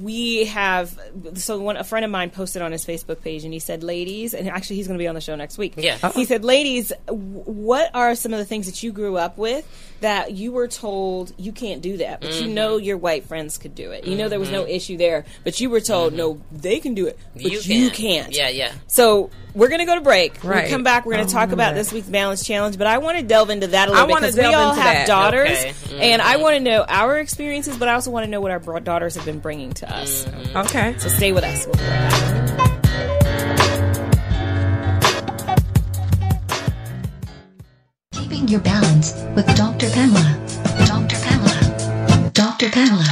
A: we have. So one, a friend of mine posted on his Facebook page, and he said, "Ladies," and actually he's going to be on the show next week.
B: Yeah.
A: he said, "Ladies, w- what are some of the things that you grew up with that you were told you can't do that, but you know
B: Mm-hmm.
A: your white friends could do it? You know there was no issue there, but you were told no, they can do it, but you, can't.
B: Mm-hmm. Yeah, yeah.
A: So we're gonna go to break. When
C: Right. Oh,
A: we come back. We're gonna talk about this week's balance challenge, but I want to delve into that a little
C: I
A: bit
C: wanna
A: because we
C: delve
A: all
C: into
A: have
C: that. Mm-hmm.
A: daughters,
B: Okay.
A: and I want to know our experiences, but I also want to know what our bro- daughters have been bringing to us.
C: Mm-hmm. okay.
A: So stay with us. We'll be right back.
E: Keeping your balance with Dr. Pamela. Dr. Pamela. Dr. Pamela.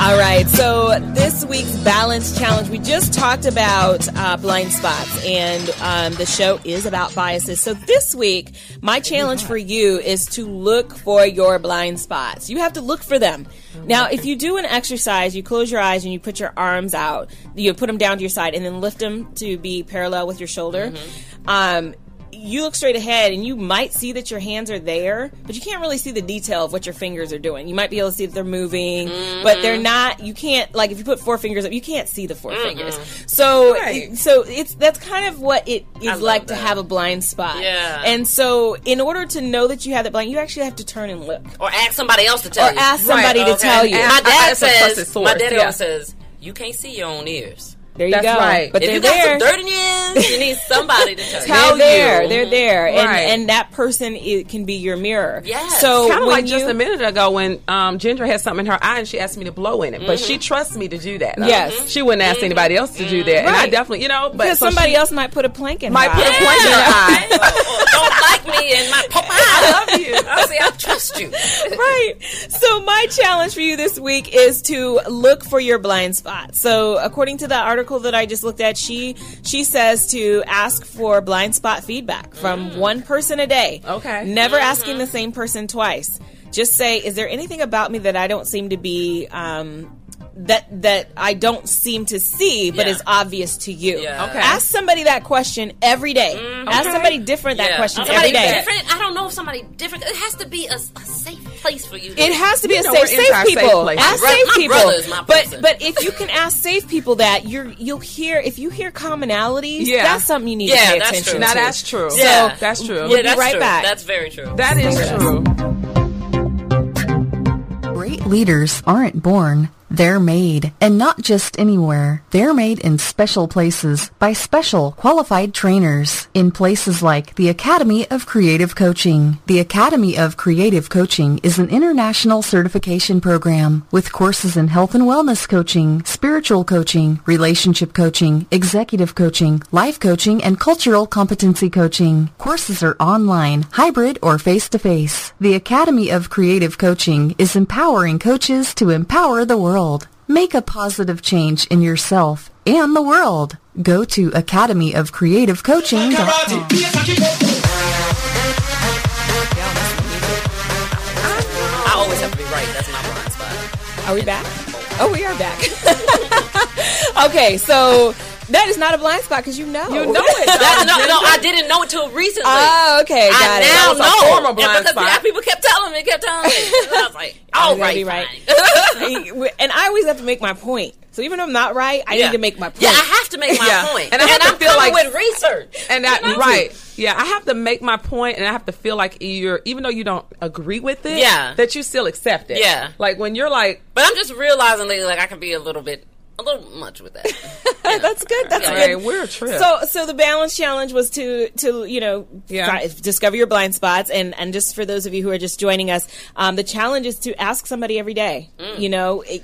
A: All right, so this week's balance challenge, we just talked about uh, blind spots, and um, the show is about biases. So this week, my challenge for you is to look for your blind spots. You have to look for them. Now, if you do an exercise, you close your eyes and you put your arms out, you put them down to your side, and then lift them to be parallel with your shoulder. Um, you look straight ahead and you might see that your hands are there, but you can't really see the detail of what your fingers are doing. You might be able to see that they're moving, but
B: Mm-hmm.
A: they're not. You can't like if you put four fingers up, you can't see the 4 fingers. So,
C: Right.
A: so it's that's kind of what it is
B: love
A: like to
B: that.
A: have a blind spot.
B: Yeah.
A: And so, in order to know that you have that blind, you actually have to turn and look.
B: Or ask somebody else to tell
A: Or
B: you.
A: ask somebody to
B: Okay.
A: tell you.
B: My
C: Ask-
B: dad
C: ask a trusted
B: says.
C: source,
B: My dad
C: yeah.
B: always says you can't see your own ears.
A: There you
C: That's
A: go.
C: right.
A: But
B: if
A: they're
B: you got
A: there.
B: some dirt in your ears, you need somebody to tell you.
A: they're
C: tell
A: there.
C: you.
A: They're there,
C: Right.
A: and and that person it can be your mirror.
B: Yes.
A: So
C: Kind of
A: when
C: like
A: you,
C: just a minute ago when um, Ginger had something in her eye and she asked me to blow in it, but
B: Mm-hmm.
C: she trusts me to do that. though.
A: Yes.
C: she wouldn't ask anybody else to do that, and I
A: Right.
C: definitely, you know, but
A: because
C: so
A: somebody
C: she
A: else might put a plank in.
C: might
A: her
C: put
A: eye.
C: a point in her eye.
B: Right? Oh, oh, don't like me and my papa. I love you. I say I trust you.
A: right. So my challenge for you this week is to look for your blind spot. So according to the article that I just looked at, she she says to ask for blind spot feedback from
B: Mm.
A: one person a day.
C: Okay.
A: Never
B: Mm-hmm.
A: asking the same person twice. Just say, is there anything about me that I don't seem to be um, that that I don't seem to see, but
B: Yeah.
A: is obvious to you?
B: Yeah. Okay.
A: Ask somebody that question every day. Ask somebody different that
B: Yeah.
A: question
B: somebody
A: every day.
B: different. I don't know if somebody different. It has to be a, a safe place for you. to-
A: It has to be a safe,
C: know we're into
A: safe
C: our safe
A: people.
C: place.
A: ask
B: Right,
A: safe
B: my
A: people.
B: brother is my
A: but
B: person.
A: but if you can ask safe people that, you're you'll hear if you hear commonalities.
C: Yeah.
A: That's something you need
B: Yeah,
A: to pay
B: that's
A: attention
B: true.
A: to.
C: Now that's true.
B: Yeah.
C: that's true.
B: Yeah,
A: be
B: that's
A: right
B: true.
A: back.
B: That's very true.
C: that is true.
G: Great leaders aren't born, they're made. And not just anywhere. They're made in special places by special qualified trainers in places like the Academy of Creative Coaching. The Academy of Creative Coaching is an international certification program with courses in health and wellness coaching, spiritual coaching, relationship coaching, executive coaching, life coaching, and cultural competency coaching. Courses are online, hybrid, or face-to-face. The Academy of Creative Coaching is empowering coaches to empower the world. Make a positive change in yourself and the world. Go to academyofcreativecoaching.com.
B: I always have to be right. That's my blind spot.
A: Are we back? Oh, we are back. okay, so that is not a blind spot because you know. You
C: know it.
B: That- no, no, I didn't know until recently.
A: Oh, okay, got
B: I
A: it.
B: now
C: was a
B: know.
C: former
B: And
C: blind
B: because
C: spot.
B: people kept telling me, kept telling me. And I was like, all
A: gotta
B: right,
A: be
B: fine.
A: right. and I always have to make my point. So even though I'm not right, I
B: Yeah.
A: need to make my point.
B: Yeah, I have to make my
C: Yeah.
B: point.
C: And I have to
B: am
C: feel
B: coming
C: like-
B: with research.
C: And that right, yeah. I have to make my point, and I have to feel like you're, even though you don't agree with it,
B: Yeah.
C: that you still accept it.
B: Yeah.
C: like when you're like,
B: But I'm just realizing lately, like I can be a little bit, a little much with that.
A: That's good. That's
B: Yeah.
A: good.
C: hey, we're a trip.
A: So, so the balance challenge was to to you know
C: Yeah.
A: fi- discover your blind spots and and just for those of you who are just joining us, um, the challenge is to ask somebody every day.
B: Mm.
A: You know, i-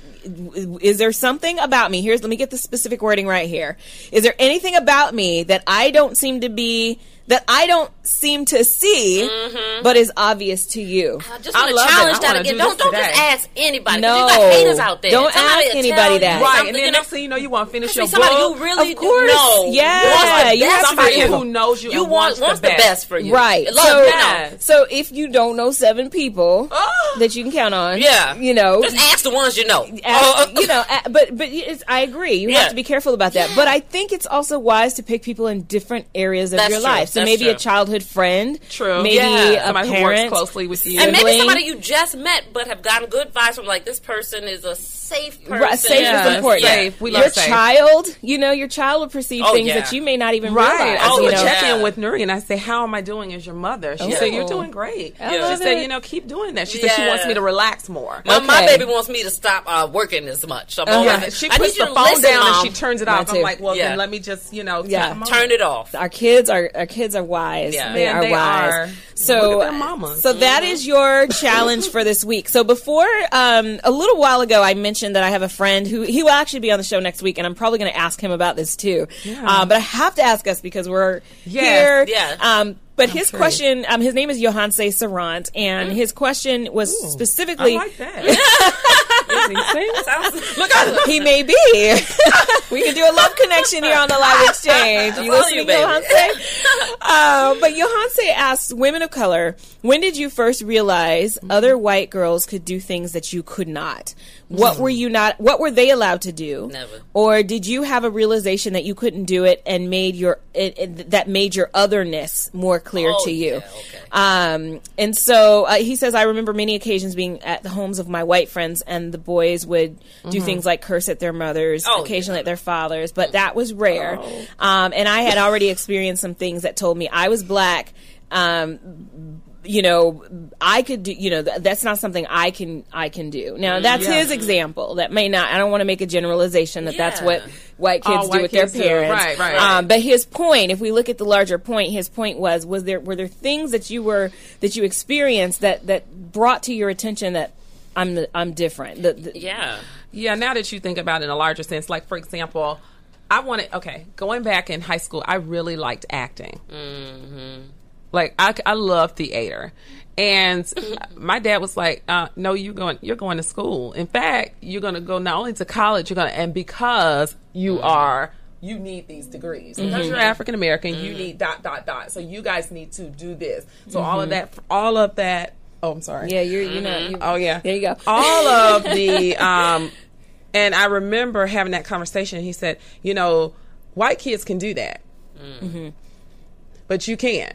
A: is there something about me? Here's let me get the specific wording right here. Is there anything about me that I don't seem to be that I don't seem to see,
B: Mm-hmm.
A: but is obvious to you.
B: I just
C: I
B: want to
C: love it.
B: challenge
C: I
B: that
C: wanna
B: again.
C: do
B: Don't
C: this
B: don't just
C: today.
B: ask anybody. 'cause
A: No.
B: you got haters out there.
A: Don't
B: Somebody
A: ask
B: will
A: anybody
B: tell
A: that.
B: you
A: Right,
C: Right,
B: something,
C: and then
B: you know,
C: next thing you know, you want to finish
B: See,
C: your
B: somebody
C: book. Oh,
B: you really
A: Of course.
B: know.
A: Yeah,
B: wants the
A: you
B: best
A: have
B: for
A: somebody
B: you.
C: who knows you
B: You want
C: and wants the
B: wants the
C: best.
B: best for you,
A: Right.
B: Love,
A: so,
B: you know.
A: so if you don't know seven people
C: Oh.
A: that you can count on,
B: Yeah.
A: you know,
B: Just ask the ones you know.
A: ask-
B: Uh,
A: you know, a- but but it's, I agree. You
B: Yeah.
A: have to be careful about that. But I think it's also wise to pick people in different areas of
B: That's
A: your
B: true.
A: life. So
B: That's
A: maybe a
B: true.
A: childhood friend,
C: True.
A: maybe
C: Yeah.
A: a
C: Somebody who works
A: parent,
C: closely with you.
B: and maybe
A: sibling.
B: somebody you just met but have gotten good vibes from, like, this person is a safe person.
A: Right, safe
C: Yeah,
A: is important.
C: safe. We love
A: your
C: safe.
A: child, you know, your child will perceive
B: Oh,
A: things
B: yeah.
A: that you may not even
C: Right.
A: realize.
C: I
B: Oh,
A: you
C: would
A: know?
C: check
B: yeah.
C: in with Nuri and I say, How am I doing as your mother? She
A: Oh.
C: said, You're doing great.
A: I love
C: She said,
A: it.
C: You know, keep doing that. She said, She
B: Yeah.
C: wants me to relax more.
B: My, my
A: Okay. Uh-huh.
B: baby wants me to stop uh, working as much. So I'm
C: Oh,
B: like,
C: yeah. She
B: I need
C: puts
B: you
C: the
B: to
C: phone
B: listen,
C: down
B: Mom.
C: and she turns it
A: Mine
C: off.
A: too.
C: I'm like, Well,
B: Yeah.
C: then let me just, you know,
A: Yeah.
C: take a
B: Turn it off.
A: our kids are our kids are wise.
B: Yeah.
A: They
C: Man,
A: are
C: they
A: wise.
C: are.
A: So
C: Look at their mamas.
A: so that is your challenge for this week. So before um, a little while ago, I mentioned that I have a friend who he will actually be on the show next week, and I'm probably going to ask him about this too. Uh, but I have to ask us because we're here.
C: Yes,
B: yes.
A: Um, but his question, um, his name is Johanse Sarant, and his question was specifically,
C: I like that. Is he single?
B: Look, I,
A: he may be. we can do a love connection here on the live exchange. You
B: all
A: listening,
B: you, baby.
A: Johanse? Uh, but Johanse asks women of color, when did you first realize other white girls could do things that you could not? What were you not? What were they allowed to do?
B: Never.
A: Or did you have a realization that you couldn't do it and made your it, it- that made your otherness more clear
B: Oh,
A: to you?
B: yeah, okay.
A: Um, and so uh, he says, I remember many occasions being at the homes of my white friends, and the boys would do things like curse at their mothers,
B: Mm-hmm. Oh,
A: occasionally
B: yeah. Oh.
A: at their fathers, but that was rare. Um, and I had already experienced some things that told me I was black. Um, you know i could do you know th- that's not something i can i can do now that's his example that may not i don't want to make a generalization that that's
B: Yeah.
A: what white kids
C: All
A: do
C: white
A: with
C: kids do.
A: their parents
C: Right, right.
A: Um, but his point if we look at the larger point his point was was there were there things that you were that you experienced that that brought to your attention that i'm the, i'm different the, the,
B: yeah.
C: Yeah, now that you think about it in a larger sense, like for example, I wanted okay, going back in high school, I really liked acting. Like I, I love theater, and my dad was like, uh, "No, you're going you're going to school. In fact, you're going to go not only to college, you're going to and because you are." You need these degrees because you're African American. You need dot dot dot. So you guys need to do this. So all of that, all of that. Oh, I'm sorry.
A: yeah you're you know you,
C: Oh yeah.
A: there you go
C: All of the um and I remember having that conversation. He said, you know, white kids can do that.
A: Mm.
C: Mm-hmm. But you can't.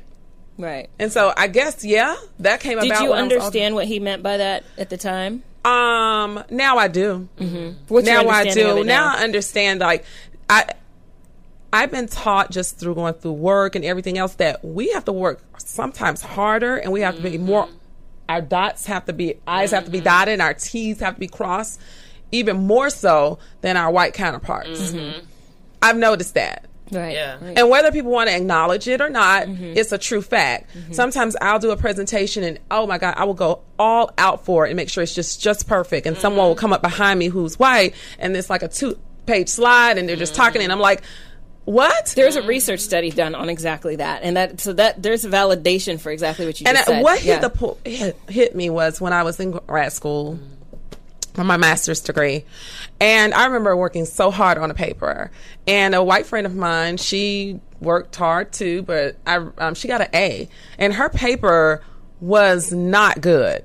A: right
C: And so I guess yeah, that came about.
A: did you
C: when I was
A: understand what he meant by that at the time
C: older. Um, now I do.
A: Mm-hmm. What's your
C: Now I
A: understanding of
C: do.
A: it
C: Now I understand. Like I, I've been taught just through going through work and everything else that we have to work sometimes harder and we have to be more. Our dots have to be I's have to be dotted. and Our T's have to be crossed, even more so than our white counterparts. I've noticed that.
A: right
B: Yeah.
C: And whether people want to acknowledge it or not, it's a true fact. Sometimes I'll do a presentation and oh my god, I will go all out for it and make sure it's just just perfect. And someone will come up behind me who's white and it's like a two page slide and they're just talking and I'm like, what?
A: There's a research study done on exactly that, and that so that there's validation for exactly what you
C: and
A: just
C: I-
A: said.
C: what hit
A: Yeah.
C: the po- hit, hit me was when I was in grad school for my master's degree, and I remember working so hard on a paper. And a white friend of mine, she worked hard too, but I um, she got an A, and her paper was not good.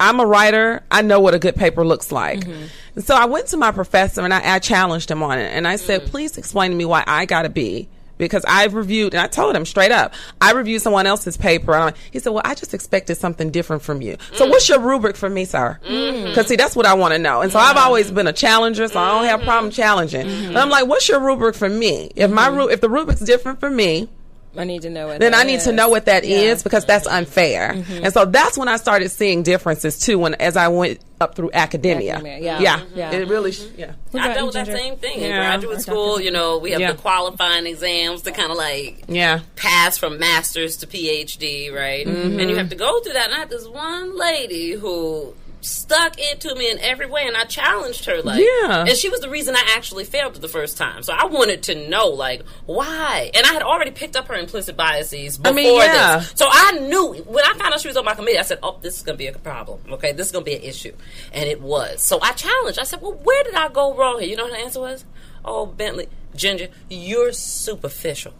C: I'm a writer. I know what a good paper looks like.
A: Mm-hmm.
C: And so I went to my professor and I, I challenged him on it. And I
A: Mm.
C: said, please explain to me why I got a B because I've reviewed, and I told him straight up, I reviewed someone else's paper. And I- he said, well, I just expected something different from you.
A: Mm.
C: So what's your rubric for me, sir?
A: Mm-hmm.
C: Because see, that's what I want to know. And so I've always been a challenger, so I don't have a problem
A: Mm-hmm.
C: challenging. But I'm like, what's your rubric for me? If my ru- if the rubric's different for me,
A: I need to know. What
C: then
A: that
C: I need
A: is.
C: to know what that is because that's unfair.
A: Mm-hmm.
C: And so that's when I started seeing differences too. When as I went up through academia,
A: Academia, yeah. Mm-hmm.
C: yeah,
A: Yeah. Mm-hmm.
C: it really, sh- yeah.
B: I
A: about
B: dealt
A: you,
B: with that
A: Ginger?
B: same thing in
C: Yeah.
B: graduate school. You know, we have
C: Yeah.
B: the qualifying exams to kind of like
C: Yeah.
B: pass from
C: Mm-hmm.
B: master's to PhD, right? And you have to go through that. And I had this one lady who stuck into me in every way, and I challenged her. Like,
C: Yeah.
B: and she was the reason I actually failed the first time. So I wanted to know, like, why? And I had already picked up her implicit biases before
C: I mean, yeah.
B: this. So I knew when I found out she was on my committee, I said, "Oh, this is going to be a problem. Okay, this is going to be an issue," and it was. So I challenged. I said, "Well, where did I go wrong here?" You know what her answer was? "Oh, Bentley, Ginger, you're superficial."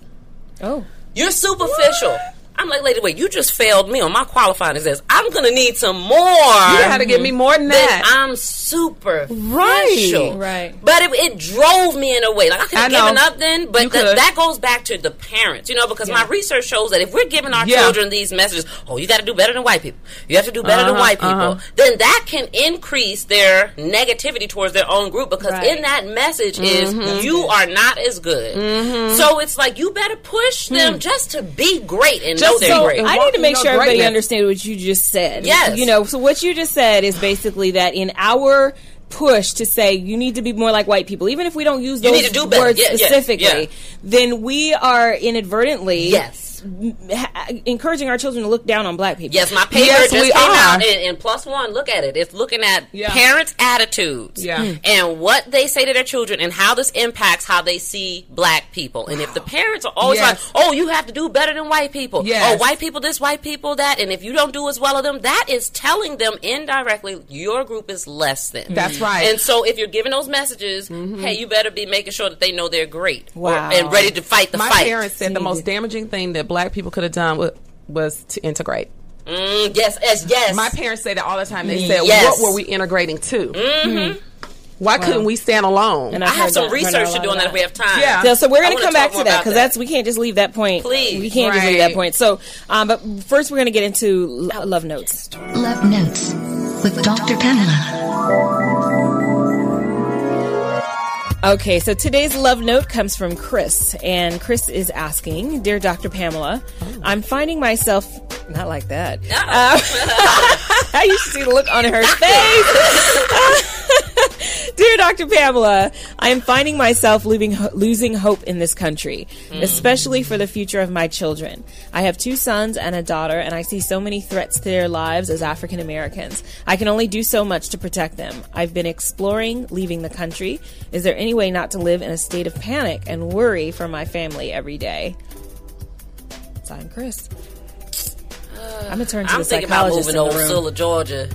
A: Oh.
B: You're superficial. I'm like, lady, wait, you just failed me on my qualifying exams. I'm gonna need some more. You
C: You had to give me more than
B: That
C: that.
B: I'm superficial.
C: Right.
A: Right.
B: But it, it drove me in a way. Like I could
C: I
B: have
C: know.
B: given up then,
C: You
B: but th-
C: could.
B: that goes back to the parents, you know, because my research shows that if we're giving our
C: Yeah.
B: children these messages, oh, you got to do better than white people, you have to do better than
C: Uh-huh,
B: white people,
C: uh-huh.
B: then that can increase their negativity towards their own group because
A: Right.
B: in that message
C: Mm-hmm.
B: is you are not as good. So it's like you better push them just to be great and know
C: Hmm. Just
B: they're
C: so-
B: great.
C: and
A: I need to
C: walking
A: make
C: your
A: sure everybody
C: greatness.
A: understands what you just said.
B: Yes.
A: You know, so what you just said is basically that in our push to say you need to be more like white people, even if we don't use
B: You
A: those
B: need to do better.
A: words
B: Yeah, yeah,
A: specifically,
B: yeah.
A: then we are inadvertently
B: Yes.
A: m- ha- encouraging our children to look down on black people.
B: Yes, my paper just
C: Yes, we
B: came
C: are.
B: out in, in plus one. Look at it. It's looking at
C: Yeah.
B: parents' attitudes
C: Yeah. Mm.
B: and what they say to their children and how this impacts how they see black people. And if the parents are always
C: Yes.
B: like, "Oh, you have to do better than white people,"
C: Yes.
B: "Oh, white people this, white people that," and if you don't do as well as them, that is telling them indirectly your group is less than.
C: Mm-hmm. That's right. Mm-hmm.
B: And so if you're giving those messages, hey, you better be making sure that they know they're great or-
A: Wow.
B: and ready to fight the
C: My
B: fight.
C: parents said the most damaging thing that black people could have done was, was to integrate.
B: Mm, yes, yes, yes.
C: My parents say that all the time. They said,
B: Mm-hmm. Yes.
C: "What were we integrating to? Mm-hmm. Why couldn't we stand alone?"
A: And
B: I have
A: heard
B: some
A: that. Heard
B: research
A: a
B: to
A: lot
B: do on
A: of
B: that if we have time.
C: Yeah.
A: Yeah, so we're
B: I
A: going to
B: wanna
A: come
B: talk
A: back
B: more
A: to that
B: about
A: because
B: that.
A: that's we can't just leave that point.
B: Please.
A: we can't just leave
C: Right.
A: that point. So, um, but first we're going to get into lo- love notes.
E: Love Notes with Dr. Pamela.
A: Okay, so today's love note comes from Chris, and Chris is asking, "Dear Dr. Pamela, I'm finding myself not like that. Um, you should see the look on her face." Dear Dr. Pamela, I am finding myself losing, losing hope in this country,
B: Mm.
A: especially for the future of my children. I have two sons and a daughter, and I see so many threats to their lives as African Americans. I can only do so much to protect them. I've been exploring leaving the country. Is there any way not to live in a state of panic and worry for my family every day? Signed, Chris. I'm gonna turn to
B: I'm
A: the
B: thinking about
A: psychologist
B: moving
A: in
B: to
A: the room.
B: Osceola, Georgia,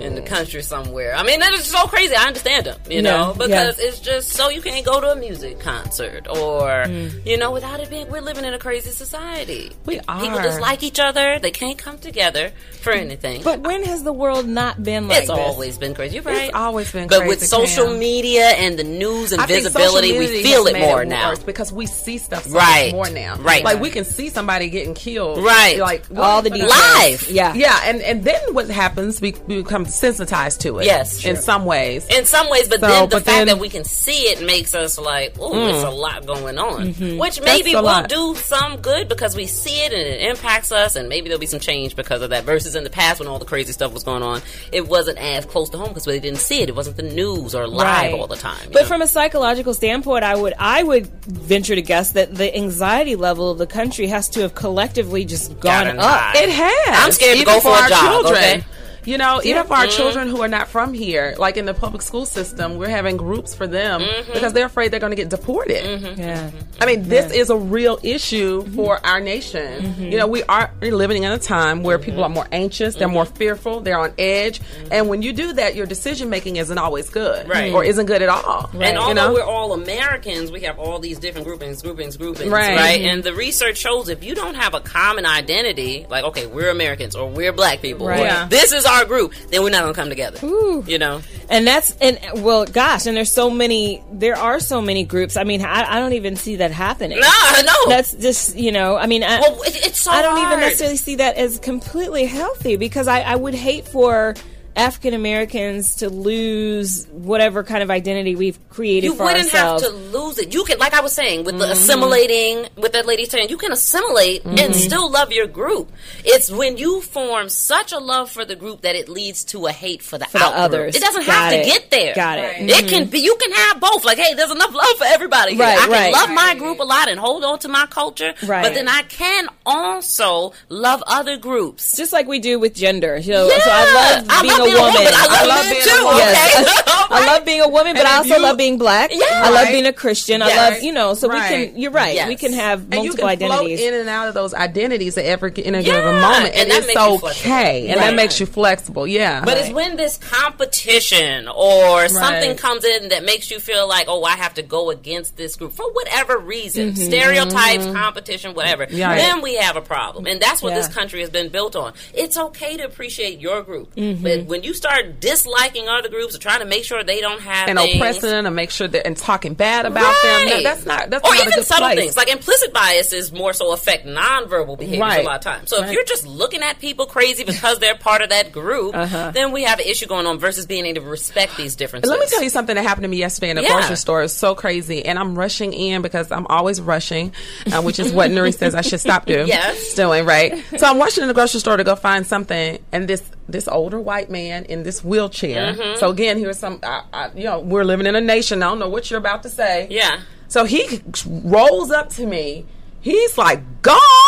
B: in the country somewhere. I mean, that is so crazy. I understand them, you know,
A: Yeah,
B: because it's just so you can't go to a music concert or you know without it being. We're living in a crazy society.
C: We
B: People
C: are.
B: dislike each other. They can't come together for anything.
A: But when has the world not been like
B: it's
A: this?
B: always been crazy. You're right.
C: always been
B: But
C: crazy,
B: with social
C: Cam.
B: media and the news and
C: I think social
B: visibility, we
C: media
B: feel
C: has
B: it
C: made
B: more now.
C: worse because we see stuff so
B: Right.
C: much more now.
B: Right.
C: Like we can see somebody getting killed.
B: Right.
C: Like
A: all the
C: what
A: details.
B: Live.
A: Yeah.
C: Yeah, and, and then what happens, we, we become sensitized to it.
B: Yes.
C: In
B: True.
C: some ways.
B: in some ways, but
C: So,
B: then the
C: but
B: fact
C: then- Mm.
B: that we can see it makes us like, oh, it's a lot going on. Which maybe
C: Mm-hmm. a
B: will
C: lot.
B: do some good because we see it and it impacts us, and maybe there'll be some change because of that. Versus in the past when all the crazy stuff was going on, it wasn't as close to home because they didn't see it. It wasn't the news or live
A: Right.
B: all the time. you
A: But
B: know?
A: from a psychological standpoint, I would I would venture to guess that the anxiety level of the country has to have collectively just
B: Gotta
A: gone
B: not.
A: up.
C: It has.
B: I'm scared to
C: Even
B: go for a
C: our
B: jog,
C: Children.
B: okay? Mm-hmm.
C: You know, even for our children who are not from here, like in the public school system, we're having groups for them
B: Mm-hmm.
C: because they're afraid they're going to get deported.
A: Yeah.
C: I mean, this is a real issue
B: Mm-hmm.
C: for our nation. You know, we are living in a time where people
B: Mm-hmm.
C: are more anxious, they're more fearful, they're on edge, and when you do that, your decision making isn't always good,
B: Right.
C: Or isn't good at all.
B: And although
C: you know?
B: we're all Americans, we have all these different groupings, groupings, groupings, right?
C: Right.
B: And the research shows if you don't have a common identity, like okay, we're Americans or we're Black people,
A: Right.
B: or
C: Yeah.
B: this is our group, then we're not gonna come together. You know,
A: And that's and well, gosh, and there's so many. There are so many groups. I mean, I, I don't even see that happening.
B: no, no,
A: That's just you know. I mean, I,
B: Well, it, it's so
A: I don't even
B: hard.
A: necessarily see that as completely healthy because I, I would hate for African Americans to lose whatever kind of identity we've created
B: You
A: for
B: wouldn't
A: ourselves. Mm-hmm.
B: have to lose it. You can, like I was saying, with the assimilating, with that lady saying, you can assimilate
A: Mm-hmm.
B: and still love your group. It's when you form such a love for the group that it leads to a hate for the,
A: the
B: out
A: others.
B: Group. It doesn't
A: Got
B: have to
A: it.
B: get there.
A: Got it. Right.
B: It can be. You can have both. Like, hey, there's enough love for everybody. Here.
A: Right,
B: I can
A: right.
B: love my group a lot and hold on to my culture.
A: Right.
B: But then I can also love other groups.
A: just like we do with gender. You know,
B: Yeah.
A: so I love
B: I
A: being
B: love
A: a woman.
B: I love,
C: I love
B: men
C: being a
B: too.
C: woman.
A: Yes. I
B: Right?
A: love being a woman, but
C: And
A: I
C: if
A: also
C: you-
A: love being black.
B: Yeah.
A: I love
C: Right.
A: being a Christian. I
B: Yes.
A: love, you know, so we
C: Right.
A: can, you're right.
B: Yes.
A: We can have
C: and you
A: multiple
C: can float
A: identities.
C: in and out of those identities at every in a
B: Yeah,
C: given moment,
B: and
C: and,
B: that
C: it's
B: makes you flexible.
C: okay, and
B: Right.
C: that makes you flexible. Yeah,
B: But it's when this competition or something comes in that makes you feel like, oh, I have to go against this group for whatever reason stereotypes, competition, whatever.
C: Mm-hmm. Yeah.
B: Then we have a problem. And that's what this
A: Yeah.
B: country has been built on. It's okay to appreciate your group.
C: Mm-hmm.
B: But when you start disliking other groups or trying to make sure they don't have
C: and
B: things,
C: oppressing them and make sure that and talking bad about them. No,
B: Right.
C: that's not that's
B: or
C: not
B: even
C: a good
B: subtle
C: place.
B: things like implicit bias is more so affect nonverbal behaviors a
C: Right.
B: lot of times. So if you're just looking at people crazy because they're part of that group, then we have an issue going on versus being able to respect these differences.
C: And Uh-huh. let me tell you something that happened to me yesterday in the
B: Yeah.
C: grocery store. It's so crazy, and I'm rushing in because I'm always rushing, uh, which is what Nuri says I should stop doing.
B: Yes.
C: doing right. So I'm rushing in the grocery store to go find something, and this this older white man in this wheelchair.
B: Mm-hmm.
C: So again, here's some. I, I, you know, we're living in a nation. I don't know what you're about to say.
B: Yeah.
C: So he rolls up to me. He's like,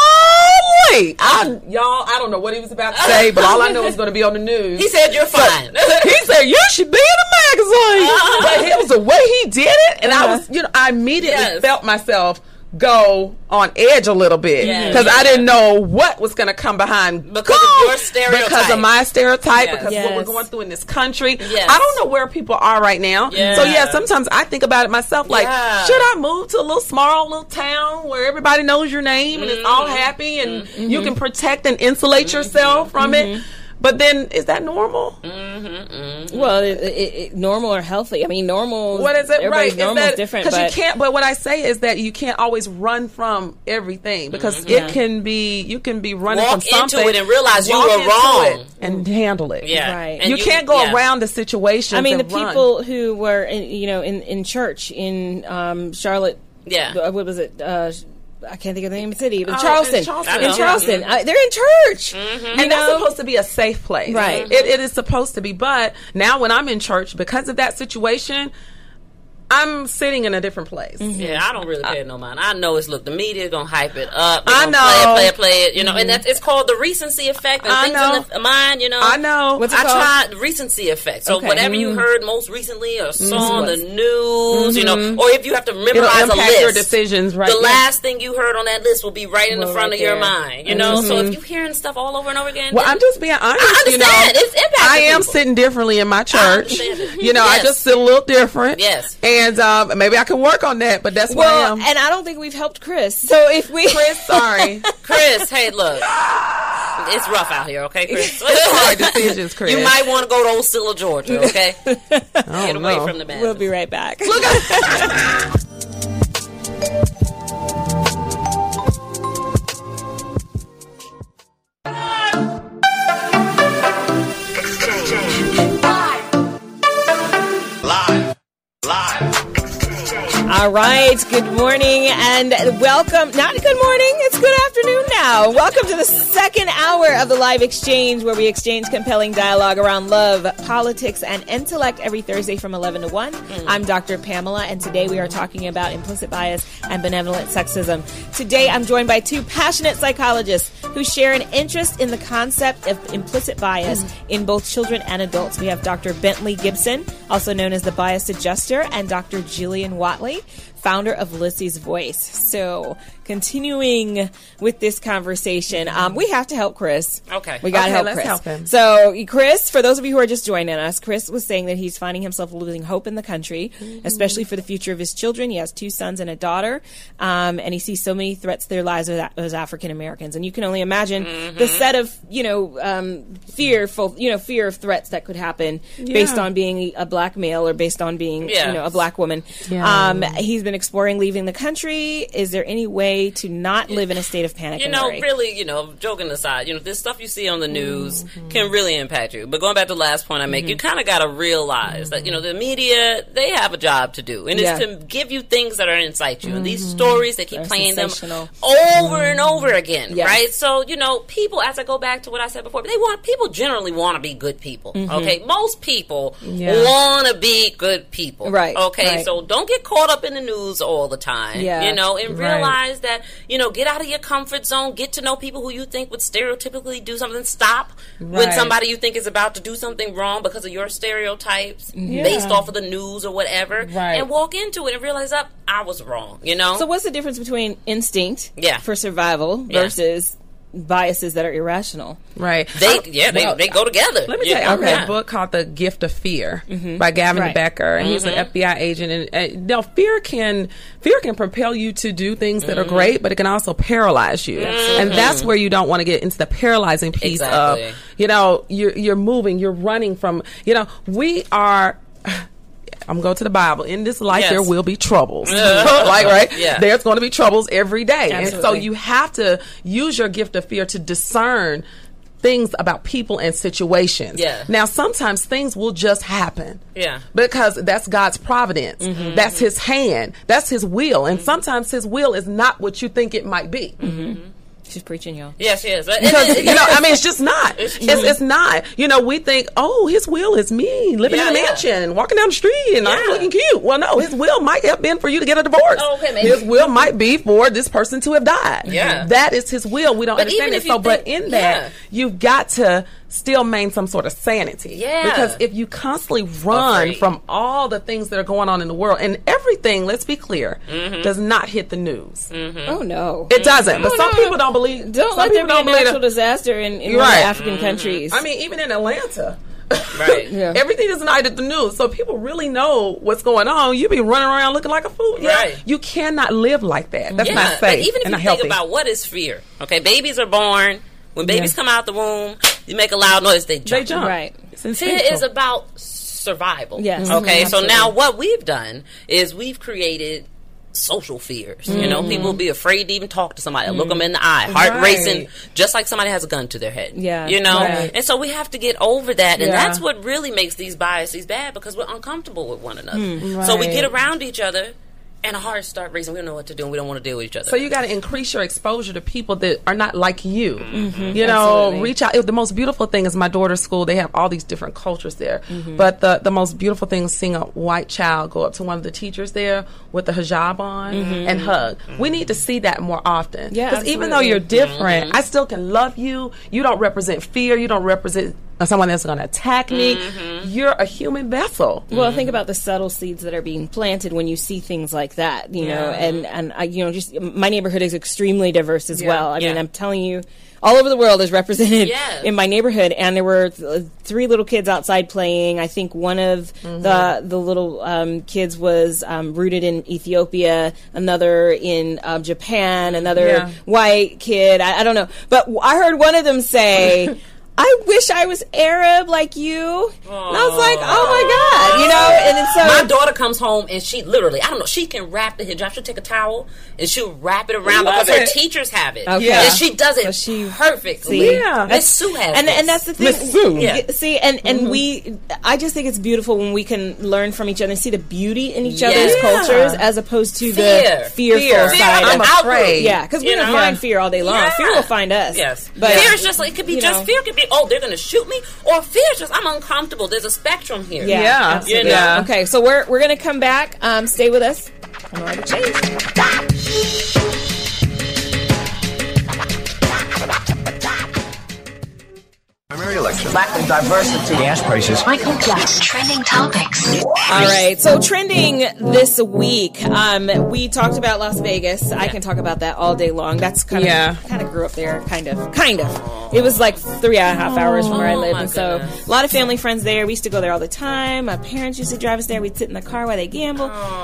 C: "Golly, I, y'all! I don't know what he was about to say, but all I know is going to be on the news."
B: He said you're fine.
C: he said you should be in a magazine.
B: Uh-huh.
C: But it was the way he did it, and I was, you know, I immediately
B: Yes.
C: felt myself go on edge a little bit
B: Yes.
C: because I didn't know what was going to come behind
B: Because of
C: God,
B: your stereotype.
C: because of my stereotype,
B: Yes.
C: because of what
A: Yes.
C: we're going through in this country.
B: Yes.
C: I don't know where people are right now.
B: Yeah.
C: So yeah, sometimes I think about it myself. Like,
B: Yeah.
C: should I move to a little small little town where everybody knows your name and it's all
B: Mm-hmm.
C: happy and you can protect and insulate yourself from
B: Mm-hmm.
C: it? But then, is that normal?
A: well, it, it, it, normal or healthy. I mean, normal.
C: What is it?
A: everybody's
C: right?
A: Normal is different.
C: because you
A: but-
C: can't. But what I say is that you can't always run from everything because it can be you can be running
B: Mm-hmm. Walk
C: from something
B: into it and realize you
C: walk
B: were
C: into
B: wrong.
C: it and handle it.
B: yeah.
A: Right.
B: And
C: you, can't go
B: yeah.
C: around the situation.
A: I mean, the people who were, in, you know, in, in church in um, Charlotte.
B: Yeah.
A: uh, What was it? Uh, I can't think of the name of the city, but
C: Oh,
A: Charleston.
C: in Charleston.
A: In
C: Yeah.
A: Charleston. I- they're in church.
C: and that's supposed to be a safe place, Mm-hmm.
A: Right.
C: It, it is supposed to be. But now, when I'm in church, because of that situation, I'm sitting in a different place.
A: Mm-hmm.
B: Yeah, I don't really pay it no mind. I know it's look, the media gonna hype it up. They
C: I
B: gonna
C: know.
B: play
C: Mm-hmm.
B: it, play it, play it. You know, and that's it's called the recency effect. And
C: I
B: things
C: know.
B: in the f- mind, you know.
C: I know. What's it
B: I
C: called? Mm.
B: tried the recency effect. So
A: Okay.
B: whatever you heard most recently, or saw on the news, you know, or if you have to memorize a
C: Mm-hmm. impact
B: list,
C: your decisions, right?
B: The
C: Yeah.
B: last thing you heard on that list will be right in the
A: Well,
B: front
A: right
B: of
A: there.
B: your mind. You know, so if you're hearing stuff all over and over again,
C: Mm-hmm. Well,
B: then-
C: I'm just being honest.
B: I
C: You know,
B: understand. It's impacting
C: I am
B: people.
C: sitting differently in my church.
B: understand it.
C: You know,
B: Yes.
C: I just sit a little different.
B: Yes.
C: and um, maybe I can work on that. But that's where I
A: Well,
C: am.
A: and I don't think we've helped Chris. So if we,
C: Chris, sorry,
B: Chris, hey, look. It's rough out here, okay, Chris?
C: sorry, decisions, Chris.
B: You might want to go to Osceola, Georgia, okay?
C: I
B: Get
C: don't
B: away
C: know.
B: from the bad.
A: we'll be right back.
F: Live. Live.
A: All right. Good morning and welcome. Not good morning. It's good afternoon now. Welcome to the second hour of the live exchange where we exchange compelling dialogue around love, politics, and intellect every Thursday from 11 to 1. I'm Dr. Pamela and today we are talking about implicit bias and benevolent sexism. Today I'm joined by two passionate psychologists who share an interest in the concept of implicit bias
C: Mm.
A: in both children and adults. We have Dr. Bentley Gibson, also known as the bias adjuster, and Dr. Jillian Watley, founder of Lissy's Voice. So, continuing with this conversation, um, we have to help Chris.
B: Okay.
A: We got to
C: Okay,
A: help
C: let's
A: Chris.
C: help him.
A: So, Chris, for those of you who are just joining us, Chris was saying that he's finding himself losing hope in the country, especially for the future of his children. He has two sons and a daughter, um, and he sees so many threats to their lives as, as African Americans. And you can only imagine
B: Mm-hmm.
A: the set of, you know, um, fearful, you know, fear of threats that could happen based on being a black male or based on being,
B: Yeah.
A: you know, a black woman.
C: Yeah.
A: Um, he's been exploring leaving the country. Is there any way to not live in a state of panic?
B: You
A: and
B: know,
A: worry?
B: really, you know, joking aside, you know, this stuff you see on the news
A: Mm-hmm.
B: can really impact you. But going back to the last point I make, you kind of got to realize that, you know, the media, they have a job to do. And
A: Yeah. Mm-hmm.
B: it's to give you things that are inside you. And these stories, they keep
A: They're
B: playing them
A: sensational. Mm-hmm.
B: over and over again,
A: Yes.
B: right? So, you know, people, as I go back to what I said before, they want, people generally want to be good people,
A: Mm-hmm.
B: okay? Most people want to be good people,
A: Right,
B: Okay,
A: right.
B: so don't get caught up in the news all the time,
A: Yeah.
B: you know, and
C: Right.
B: realize that. You know, get out of your comfort zone. Get to know people who you think would stereotypically do something. Stop when
C: Right.
B: somebody you think is about to do something wrong because of your stereotypes based off of the news or whatever.
C: Right.
B: And walk into it and realize, up, I was wrong. You know.
A: So what's the difference between instinct
B: Yeah.
A: for survival
B: Yeah.
A: versus biases that are irrational?
C: Right.
B: they yeah they,
C: Well,
B: they go together.
C: Let me
B: Yeah.
C: tell you, I read
B: Yeah.
C: a book called The Gift of Fear by Gavin
A: Right.
C: Becker, and he's an FBI agent. And uh, now, fear can fear can propel you to do things that are great, but it can also paralyze you, and that's where you don't want to get into the paralyzing piece
B: Exactly.
C: of you know you're you're moving, you're running from you know we are. I'm going to the Bible. In this life,
B: Yes.
C: there will be troubles. like, right?
B: Yeah.
C: There's going to be troubles every day. And so
A: Absolutely.
C: you have to use your gift of fear to discern things about people and situations.
B: Yeah.
C: Now, sometimes things will just happen.
B: Yeah. Mm-hmm.
C: Because that's God's providence. That's His hand. That's His will. And sometimes His will is not what you think it might be.
A: She's preaching, y'all.
B: Yes, yes. But-
C: Because,
B: and-
C: you know, I mean, it's just not. It's, it's not. You know, we think, oh, his will is me living
B: Yeah,
C: in a
B: yeah.
C: mansion, walking down the street, and I'm
B: Yeah.
C: looking cute. Well, no, his will might have been for you to get a divorce.
B: Oh, okay, maybe.
C: His will might be for this person to have died.
B: Yeah.
C: That is his will. We don't
B: But
C: understand
B: even
C: it.
B: if you
C: So, but
B: think-
C: in that,
B: yeah.
C: you've got to still maintain some sort of sanity.
B: Yeah.
C: Because if you constantly run
B: Afraid.
C: from all the things that are going on in the world, and everything, let's be clear,
B: Mm-hmm.
C: does not hit the news.
A: Oh no.
C: It doesn't.
B: Oh,
C: But some
A: no.
C: people don't
A: don't
C: believe. Mm-hmm. some
A: let there
C: people
A: be a
C: don't believe
A: natural
C: it.
A: disaster in, in one of
C: You're
A: the
C: right. Mm-hmm.
A: African countries.
C: I mean, even in Atlanta.
B: Right. Yeah.
C: Everything is not at the news, so people really know what's going on. You be running around looking like a fool. Yeah,
B: Right.
C: you cannot live like that. That's
B: Yeah,
C: not
B: but
C: safe
B: even if
C: and
B: you
C: not
B: think
C: healthy.
B: about what is fear, okay, babies are born. When babies come out the womb, you make a loud noise, they
C: they
B: jump.
C: jump.
A: Right.
C: It's
B: Fear
C: instinctual.
B: is about survival.
A: Yes. Mhm.
C: Mm-hmm.
B: Okay, so
A: Absolutely.
B: now what we've done is we've created social fears. You know, people be afraid to even talk to somebody, look them in the eye, heart
C: Mm-hmm. Right.
B: racing, just like somebody has a gun to their head.
A: Yeah.
B: You know?
C: Right.
B: And so we have to get over that. And
C: Yeah.
B: that's what really makes these biases bad because we're uncomfortable with one another. So we
C: Mm. Right.
B: get around each other and our hearts start racing. We don't know what to do and we don't want to deal with each other.
C: So you got to increase your exposure to people that are not like you.
A: Mm-hmm.
C: You know, reach out. The most beautiful thing is my daughter's school. They have all these different cultures there.
A: Mm-hmm.
C: But the the most beautiful thing is seeing a white child go up to one of the teachers there with the hijab on and hug. We need to see that more often.
A: Mm-hmm. Yeah,
C: because even though
A: absolutely. Mm-hmm.
C: you're different, I still can love you. You don't represent fear. You don't represent someone that's going to attack me.
A: Mm-hmm.
C: You're a human vessel.
A: Well, think about the subtle seeds that are being planted when you see things like that, you know, and and I, you know, just my neighborhood is extremely diverse as well. I mean,
B: Yeah.
A: I'm telling you, all over the world is represented
B: Yes.
A: in my neighborhood, and there were th- three little kids outside playing. I think one of
B: Mm-hmm.
A: the the little um, kids was um, rooted in Ethiopia, another in um, Japan, another
C: Yeah.
A: white kid. I, I don't know, but w- I heard one of them say. I wish I was Arab like you. And I was like, oh my God, you know? And it's so.
B: my daughter comes home and she literally, I don't know, she can wrap the hijab. She'll take a towel and she'll wrap it around
C: Love
B: because her
C: it.
B: teachers have it.
A: Okay.
B: And she does it
A: So she-
B: perfectly.
A: See?
C: Yeah.
B: Miss Sue has
A: and,
B: this.
A: and that's the thing.
C: Miss Sue.
B: Yeah.
A: See, and, and
B: Mm-hmm.
A: we, I just think it's beautiful when we can learn from each other and see the beauty in each other's
B: Yeah.
A: cultures as opposed to the fearful
B: fear.
A: side.
B: I'm
A: of,
B: afraid.
A: yeah, because we
B: You
A: can
B: know?
A: find fear all day long.
B: Yeah.
A: Fear will find us.
B: Yes.
A: But
B: fear is just like, it could be
A: you
B: just
A: know.
B: fear. It could be, oh, they're going to shoot me. Or fear is just, I'm uncomfortable. There's a spectrum here.
A: Yeah.
C: Yeah.
A: absolutely.
B: You know.
A: Okay, so we're, we're going to come back. Um, stay with us. I'm on the chase.
D: Primary election. Lack of diversity. Gas prices.
E: Michael Plus. Trending topics.
A: All right. So trending this week, um, we talked about Las Vegas. I can talk about that all day long. That's kind of
C: Yeah.
A: kind of grew up there, kind of, kind of. It was like three and a half hours from where I
B: Oh,
A: live,
B: my
A: and so
B: goodness.
A: a lot of family friends there. We used to go there all the time. My parents used to drive us there. We'd sit in the car while they gamble, all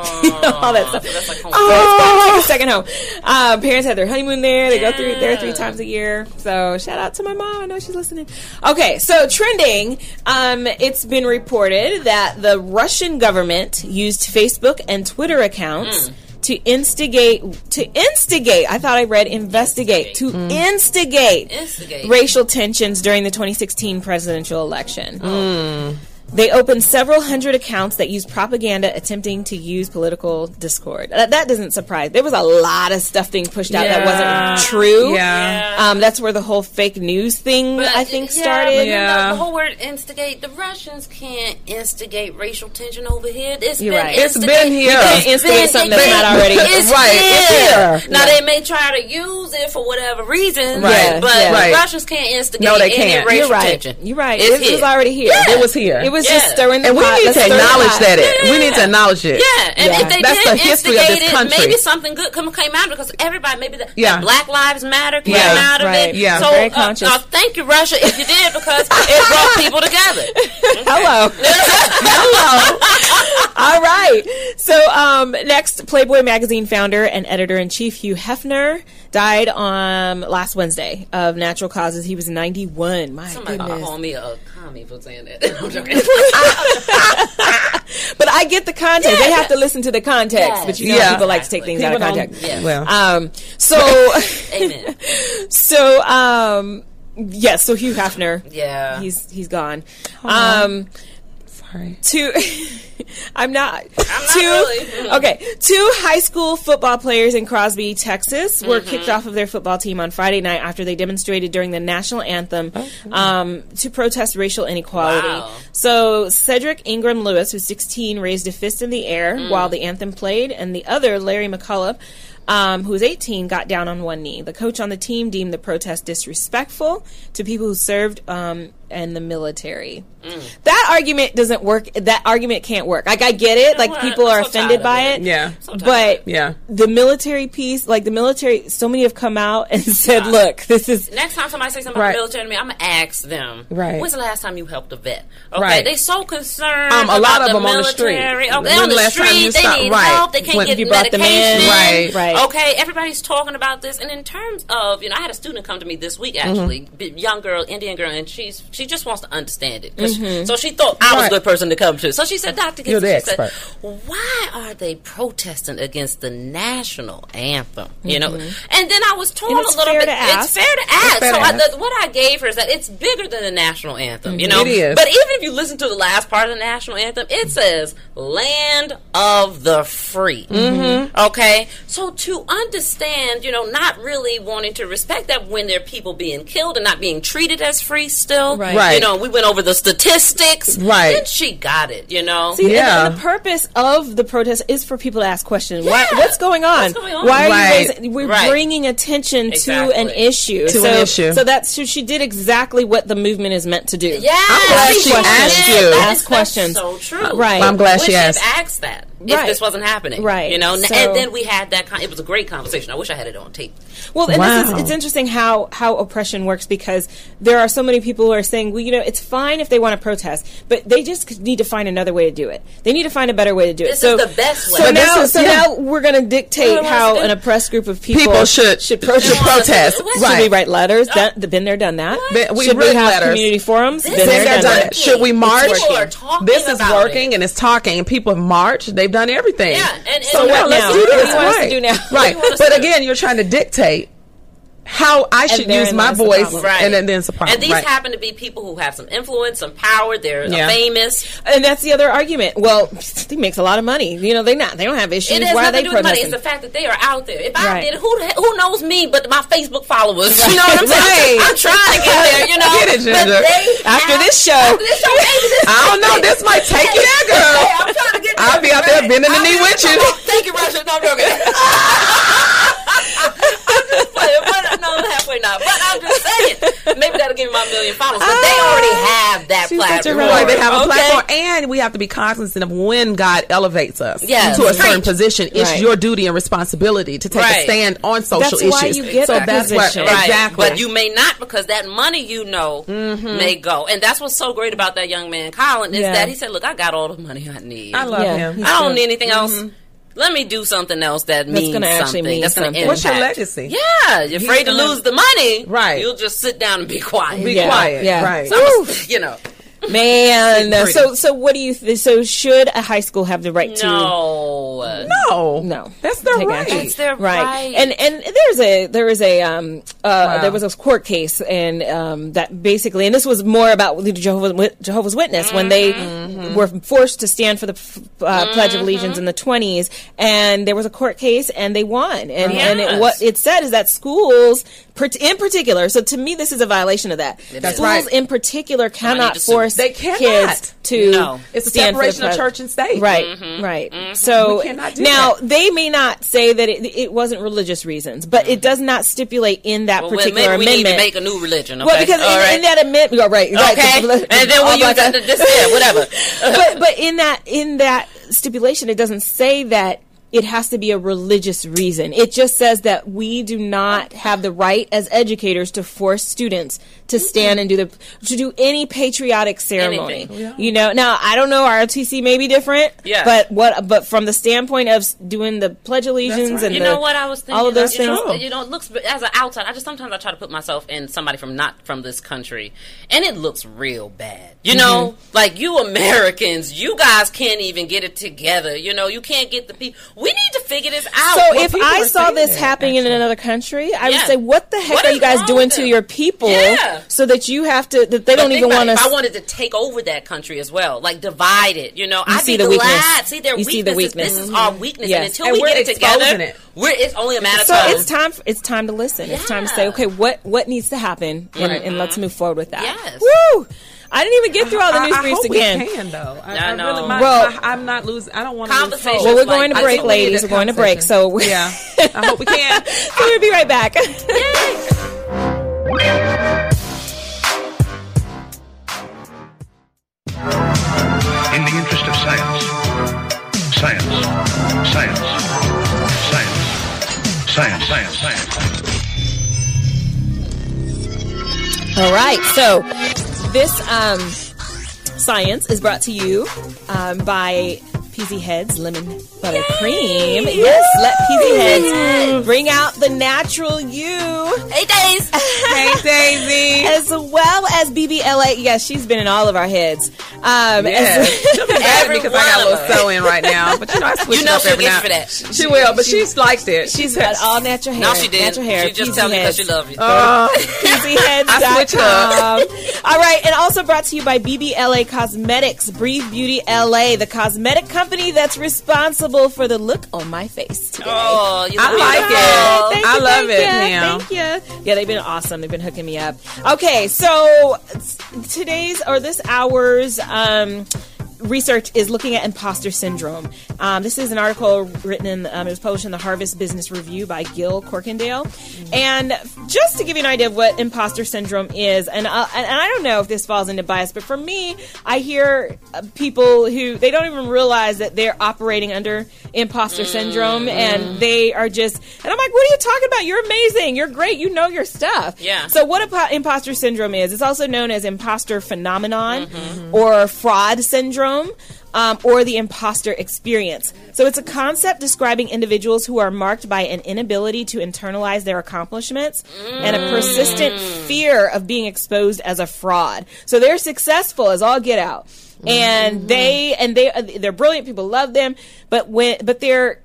A: that stuff.
B: That's like home.
A: Oh, it's fun. Take a second home. Uh, parents had their honeymoon there. They go through there three times a year. So shout out to my mom. I know she's listening. Okay, so trending. Um, it's been reported that the Russian government used Facebook and Twitter accounts. To instigate, to instigate, I thought I read investigate, to Mm. instigate
B: Instigate. Oh. Hmm.
A: racial tensions during the 2016 presidential election. They opened several hundred accounts that used propaganda attempting to use political discord. That, that doesn't surprise. There was a lot of stuff being pushed out that wasn't true.
C: Yeah.
A: Um, that's where the whole fake news thing,
B: But,
A: I think,
B: yeah,
A: started.
B: but you know,
C: Yeah.
B: the whole word instigate. The Russians can't instigate racial tension over here. It's
A: You're
B: been
A: right. It's
B: instiga-
C: been here. You can't
A: instigate
B: been-
A: something that's
B: been-
A: not already-
B: It's
C: Right, it's
B: here.
C: here.
B: Now they may try to use it for whatever reason,
C: Right,
B: But
A: yeah.
B: the
C: Right.
B: Russians can't instigate.
C: No, they
B: any
C: can't.
B: Racial
A: You're right.
B: Tension.
A: You're right.
B: It's
A: It was
B: here.
A: already here.
C: It was here.
A: It was
B: Yeah.
A: just stirring the
C: and we
A: pot.
C: need
A: Let's
C: to
A: stir the
C: acknowledge
A: pot.
C: that it. We need to acknowledge it.
B: Yeah, and
A: Yeah.
B: if they
C: That's
B: did
C: the history of
B: instigate
C: this
B: it,
C: country.
B: maybe something good come, came out because everybody, maybe the,
C: Yeah.
B: the Black Lives Matter came
C: Yeah.
B: out of
A: Right.
B: it.
C: Yeah.
B: So
A: Very
B: uh,
A: conscious.
B: uh, thank you, Russia, if you did because it brought people together.
A: Hello. Hello. All right. So, um, next, Playboy magazine founder and editor in chief Hugh Hefner died on last Wednesday of natural causes. He was 91. My
B: Somebody
A: goodness.
B: call me a commie for saying that. I'm joking.
A: But I get the context. They have to listen to the context. But you know,
C: Yeah.
A: people like to take things out of
C: People don't-
A: context.
B: Yeah.
C: Well,
A: Um, so,
B: Amen.
A: so, um, yes. So Hugh Hefner.
B: Yeah.
A: He's he's gone. Um,
C: sorry.
A: two I'm not,
B: not
A: two
B: really.
A: okay two high school football players in Crosby Texas were kicked off of their football team on Friday night after they demonstrated during the national anthem um, to protest racial inequality
B: Wow.
A: so Cedric Ingram Lewis who's 16 raised a fist in the air while the anthem played and the other Larry McCullough um, who was 18 got down on one knee the coach on the team deemed the protest disrespectful to people who served um, and the military that argument doesn't work. That argument can't work. Like I get it. Like
B: what?
A: people are
B: I'm so tired
A: offended
B: of
A: by
B: it.
A: it.
C: Yeah.
A: But
C: Yeah.
A: the military piece, like the military, so many have come out and said, "Look, this is
B: Next time somebody says something about
C: Right.
B: the military to me, I'm gonna ask them.
C: Right.
B: When's the last time you helped a vet? Okay.
C: Right.
B: They so concerned.
C: Um, a lot
B: about
C: of
B: the
C: them on the street.
B: military.
C: When
B: Okay. They on
C: the
B: the
C: last time you
B: street. They
C: stopped-
B: need
C: right.
B: help. They can't
C: When-
B: get
C: if you
A: brought them in,
B: medication.
C: right.
A: Right.
B: Okay. Everybody's talking about this, and in terms of you know, I had a student come to me this
C: Mm-hmm.
B: week actually, b- young girl, Indian girl, and she's she just wants to understand it. 'Cause- So she thought I was
C: Mm-hmm. Right.
B: a good person to come to. So she said, Doctor,
C: You're the
B: she
C: expert.
B: Said, Why are they protesting against the national anthem? You know,
C: Mm-hmm.
B: and then I was told
A: And
B: a
A: it's
B: little
A: fair
B: bit.
A: to ask.
B: It's fair to ask.
C: fair
B: so
C: to
B: I,
C: ask.
B: the, what I gave her is that it's bigger than the national anthem. You know,
C: It is.
B: But even if you listen to the last part of the national anthem, it says "Land of the Free." Mm-hmm. Okay, so to understand, you know, not really wanting to respect that when there are people being killed and not being treated as free still.
A: Right.
C: Right.
B: You know, we went over the statistics.
C: Right.
B: Then she got it. You know.
A: See, and-
C: Yeah.
A: and the purpose of the protest is for people to ask questions. Why,
B: Yeah.
A: what's going on?
B: What's going on?
A: Why are
C: Right.
A: you raising? We're
B: Right.
A: bringing attention to an
B: Exactly.
A: issue.
C: To
A: so,
C: an issue.
A: So that's so she did exactly what the movement is meant to do.
B: Yeah,
C: I'm glad she asked you.
B: That
A: Ask
B: is- that's
A: questions.
B: So true,
A: Right.
C: Uh, I'm glad she
B: Would
C: asked.
B: Have asked that
A: Right.
B: if this wasn't happening,
A: Right.
B: You know, N-
A: So-
B: and then we had that. Con- it was a great conversation. I wish I had it on tape.
A: Well, and this
C: Wow.
A: is, it's interesting how, how oppression works because there are so many people who are saying, well, you know, it's fine if they want to protest, but they just need to find another way to do it. They need to find a better way to do it.
B: This
A: so
B: is the best way.
A: So
B: But this
A: now,
C: is-
A: so
C: yeah.
A: now we're going to dictate
B: Otherwise,
A: how
B: it-
A: an oppressed group of people,
C: People should-
A: should protest.
C: should protest.
A: Should
C: Right.
A: we write letters? Done- been there, done that.
C: But we
A: should we
C: written
A: have
C: letters.
A: community forums?
B: Been
C: Since
B: there,
C: they're
B: done
C: done
B: that.
C: it. Should we
B: People
C: march?
B: are talking
C: This is
B: about
C: working and it's talking and people have marched. They've done everything.
B: Yeah, and- and
C: so
B: what
C: now,
A: now?
C: let's do
A: What do
C: this.
A: you want us to
C: right.
A: do now?
C: Right.
B: What do you want us to
C: But
B: do?
C: again, you're trying to dictate how I should
A: therein
C: use my
A: lies the
C: voice
A: problem.
B: Right.
C: and then, then it's a problem.
B: And these
C: right.
B: happen to be people who have some influence, some power. They're
C: Yeah.
B: famous.
A: And that's the other argument. Well, he makes a lot of money. You know, they not they don't have issues.
B: It has
A: Why are
B: nothing
A: they
B: to do with money. It's
A: protesting?
B: the fact that they are out there. If I
A: Right.
B: did, who the he- who knows me but my Facebook followers? You know what I'm saying?
C: Right.
B: I'm trying to get there. You know,
C: Get it,
B: But
C: Ginger.
B: they
A: After
B: have-
A: this show.
B: after this show, maybe this
C: I don't know. This might take you there, girl.
B: Hey, I'm trying to get.
C: I'll be out there bending the
B: I'll
C: knee
B: be-
C: with you.
B: Thank you, Russia. No, I'm joking. I'm just playing, but no, I'm halfway not. But I'm just saying, maybe that'll give me my million followers. But they already have that
A: she's such a
B: platform.
A: rebel.
C: Right, they have Ah, a
B: Okay?
C: platform, and we have to be cognizant of when God elevates us
B: Yes.
C: to a certain
B: Preach.
C: position. It's
A: Right.
C: your duty and responsibility to take
B: Right.
C: a stand on social
A: That's why
C: issues.
A: you get
C: so
A: that
C: that's what
A: position.
B: Right.
C: exactly. Mm-hmm.
B: But you may not because that money you know may go. And that's what's so great about that young man, Colin, is
A: Yeah.
B: that he said, Look, I got all the money I need.
C: I love
A: Yeah.
C: him. Mm-hmm.
A: He's
B: I
A: good.
B: don't need anything else. Let me do something else that means
A: gonna actually
B: something.
A: mean
B: that's
A: something.
B: Gonna
C: What's your
B: impact.
C: legacy?
B: Yeah, you're afraid to
C: gonna-
B: lose the money.
C: Right.
B: You'll just sit down and be quiet.
C: Be
A: Yeah.
C: quiet.
A: Yeah.
C: Right.
A: So-
B: you know,
A: Man,
C: Pretty.
A: so so what do you? Th- so should a high school have the right to?
B: no, was.
C: No,
A: No.
C: that's their
A: Take
C: right.
A: action.
B: That's their right.
A: And and there's a there is a um uh there was a court case and um that basically and this was more about the Jehovah's, Jehovah's Witness when they were forced to stand for the f- uh, Pledge of Allegiance in the 20s and there was a court case and they won and and it,
B: Yes.
A: what it said is that schools per- in particular so to me this is a violation of that
B: That's
A: schools
C: right.
A: in particular cannot
B: to sue.
A: force
C: They cannot.
A: kids to
B: No.
C: It's a
A: stand for the
C: separation of
A: pledge.
C: church and state.
A: right
B: Mm-hmm.
A: right so
C: We cannot do
A: now
C: that.
A: they may not say that it, it wasn't religious reasons, but it does not stipulate in that
B: Mm-hmm. Well, well,
A: particular
B: maybe we
A: amendment.
B: need to make a new religion. Okay?
A: well, because in,
B: All right.
A: in that amendment, right, right,
B: okay, and then
A: All
B: we'll use
A: black-
B: that. This, yeah, whatever.
A: but but in that in that stipulation, it doesn't say that it has to be a religious reason. It just says that we do not have the right as educators to force students to stand and do the to do any patriotic ceremony.
B: Anything. Oh,
A: You know, now I don't know. ROTC may be different.
B: Yeah.
A: But what? But from the standpoint of s- doing the Pledge of Allegiance
C: right.
A: and
B: You
A: the-
B: know what I was thinking?
A: all of those
B: you know,
A: things.
B: you know, it looks as an outside. I just sometimes I try to put myself in somebody from not from this country, and it looks real bad. You know, like you Americans, you guys can't even get it together. You know, you can't get the people. We need to figure this out.
A: So
B: Well,
A: if
B: people
A: I
B: are
A: saw
B: saying
A: this
B: that,
A: happening in
B: actually.
A: another country, I would
B: Yeah.
A: say, "What the heck
B: What
A: are
B: is
A: you guys
B: wrong
A: doing
B: with
A: to
B: them?
A: your people
B: Yeah.
A: so that you have to that they
B: But
A: don't
B: think
A: even
B: about
A: want
B: it,
A: us?"
B: If I wanted to take over that country as well, like divide it, you know, I'd
A: see
B: be
A: the weakness.
B: glad. See their
A: You
B: weakness.
A: see the
B: This
A: weakness. Mm-hmm.
B: is our weakness,
A: Yes.
B: and until
C: And
B: we
C: we're
B: get it together,
C: exposing it.
B: we're it's only a matter of
A: so
B: time.
A: it's time. It's time to listen. It's time to say,
B: Yeah.
A: "Okay, what what needs to happen?" And, and let's move forward with that.
B: Yes.
A: Woo! I didn't even get through all Oh, the
C: I-
A: news
C: I
A: briefs
C: hope we
A: again.
C: can, though. I,
B: I
C: I
B: know.
C: really, my,
A: Well-
C: my- I'm not losing. I don't want to lose
B: Conversation.
C: hope.
A: Well, we're
B: Like,
A: going to
B: I
A: break,
B: just wanted
A: ladies.
C: that
A: We're going to break. So we-
C: yeah, I hope we can.
A: we'll be right back.
F: In the interest of science. Science. Science. Science. Science. Science. Science.
A: All right. So this um, science is brought to you um, by PZ Heads Lemon Butter Cream. Yes, let PZ Heads bring out the natural you
B: eight days.
C: hey, Daisy.
A: as well as BBLA. Yes, she's been in all of our heads. Um,
C: Yeah,
A: as-
C: she'll be mad at me
B: Every
C: because I got a
B: one of
C: little sew in right now. But you know, I switch
B: You know
C: it up
B: she'll
C: every
B: get
C: now.
B: you for that.
C: She, will, but she's liked it.
A: She's got all natural hair.
B: No, she did.
A: Natural hair.
B: She just
A: PZ
B: tell me because
A: Heads.
B: she loves you.
A: Oh.
C: I switch up.
A: PZHeads.com. All right, and also brought to you by BBLA Cosmetics, Breathe Beauty LA, the cosmetic company that's responsible for the look on my face today.
B: oh, you
C: I
B: look
C: like
B: beautiful.
C: it.
A: Thank
C: I
A: you,
C: love
A: thank
C: it
A: you,
C: now.
A: Thank you. Yeah, they've been awesome. They've been hooking me up. Okay, so s- today's or this hour's um, research is looking at imposter syndrome. Um, this is an article written in, um, it was published in the Harvest Business Review by Gil Corkindale. And just to give you an idea of what imposter syndrome is, and, uh, and and I don't know if this falls into bias, but for me, I hear uh, people who they don't even realize that they're operating under imposter syndrome and they are just, and I'm like, what are you talking about? You're amazing. You're great. You know your stuff.
B: Yeah.
A: So what impo- imposter syndrome is, it's also known as imposter phenomenon
C: Mm-hmm.
A: or fraud syndrome. Um, or the imposter experience. So it's a concept describing individuals who are marked by an inability to internalize their accomplishments and
C: Mm.
A: a persistent fear of being exposed as a fraud. So they're successful as all get out,
C: Mm-hmm.
A: and they and they uh, they're brilliant. People love them, but when but they're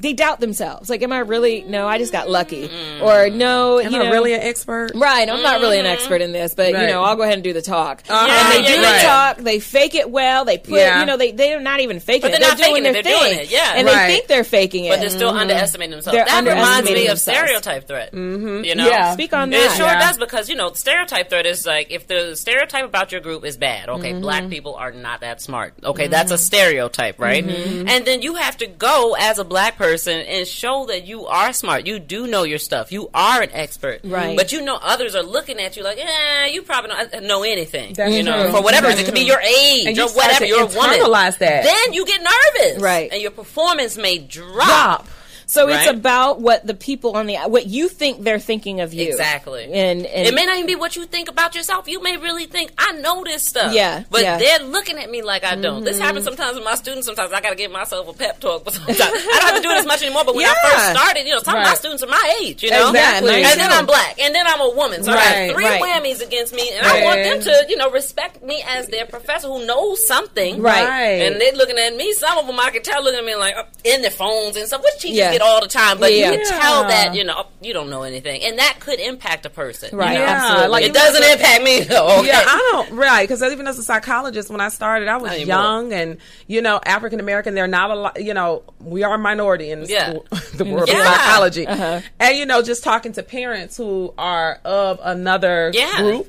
A: they doubt themselves. Like, am I really? No, I just got lucky. Or no,
C: Mm. Am
A: you
C: I
A: know,
C: really an expert?
A: Right, I'm not really an expert in this, but you
C: Right.
A: know, I'll go ahead and do the talk.
C: Yeah,
A: and they
B: Mm-hmm. yeah,
A: do
B: yeah.
A: the talk. They fake it well. They put,
C: Yeah.
A: you know, they they're not even faking
B: But
A: it.
B: they're not
A: doing
B: faking it,
A: their
B: they're
A: thing.
B: doing it, yeah.
A: and they
C: Right.
A: think they're faking it.
B: But they're still underestimating themselves.
A: Mm-hmm. They're
B: that reminds me
A: underestimating
B: of
A: themselves.
B: stereotype threat. Mm-hmm. You know,
C: Yeah.
A: Speak on
B: It
A: that.
B: sure
C: Yeah.
B: does because you know stereotype threat is like if the stereotype about your group is bad. Okay,
C: Mm-hmm.
B: black people are not that smart. Okay, that's a stereotype, right?
C: Mm-hmm.
B: And then you have to go as a black person and show that you are smart. You do know your stuff. You are an expert,
A: Right.
B: But you know others are looking at you like, eh, you probably don't know anything.
C: That's
B: you know,
C: true.
B: for whatever
C: That's
B: reason, it could be your
C: true.
B: age
C: And
B: or
C: you start
B: whatever.
C: to
B: You're a woman.
C: internalize that.
B: Then you get nervous,
A: Right.
B: And your performance may drop.
C: Stop.
A: So it's
B: Right.
A: about what the people on the what you think they're thinking of you.
B: Exactly.
A: And, and
B: it may not even be what you think about yourself. You may really think I know this stuff.
A: Yeah,
B: but
A: yeah. Mm-hmm.
B: they're looking at me like I don't. This happens sometimes with my students. Sometimes I got to give myself a pep talk. But sometimes I don't have to do it as much anymore. But when I
A: Yeah.
B: first started, you know, some of my
C: Right.
B: students are my age. You know,
C: Exactly.
B: And then
A: 92.
B: I'm black, and then I'm a woman. So I
C: Right,
B: got three
A: right.
B: whammies against me, and I want them to, you know, respect me as their professor who knows something.
A: Right.
B: And they're looking at me. Some of them I can tell looking at me like uh, in their phones and stuff, which teachers
A: Yeah.
B: get all the time. But
A: Yeah.
B: you can tell that you know you don't know anything, and that could impact a person.
A: Right.
B: You know?
A: Yeah, Absolutely.
C: like
B: it doesn't impact me. though. Okay.
C: Yeah, I don't right because even as a psychologist, when I started, I was
B: eh. Not anymore.
C: young and you know African American. They're not a lot. You know, we are a minority in
B: Yeah.
C: school- the world
B: Yeah.
C: of psychology,
A: Uh-huh.
C: and you know, just talking to parents who are of another
B: Yeah. Mm-hmm.
C: group.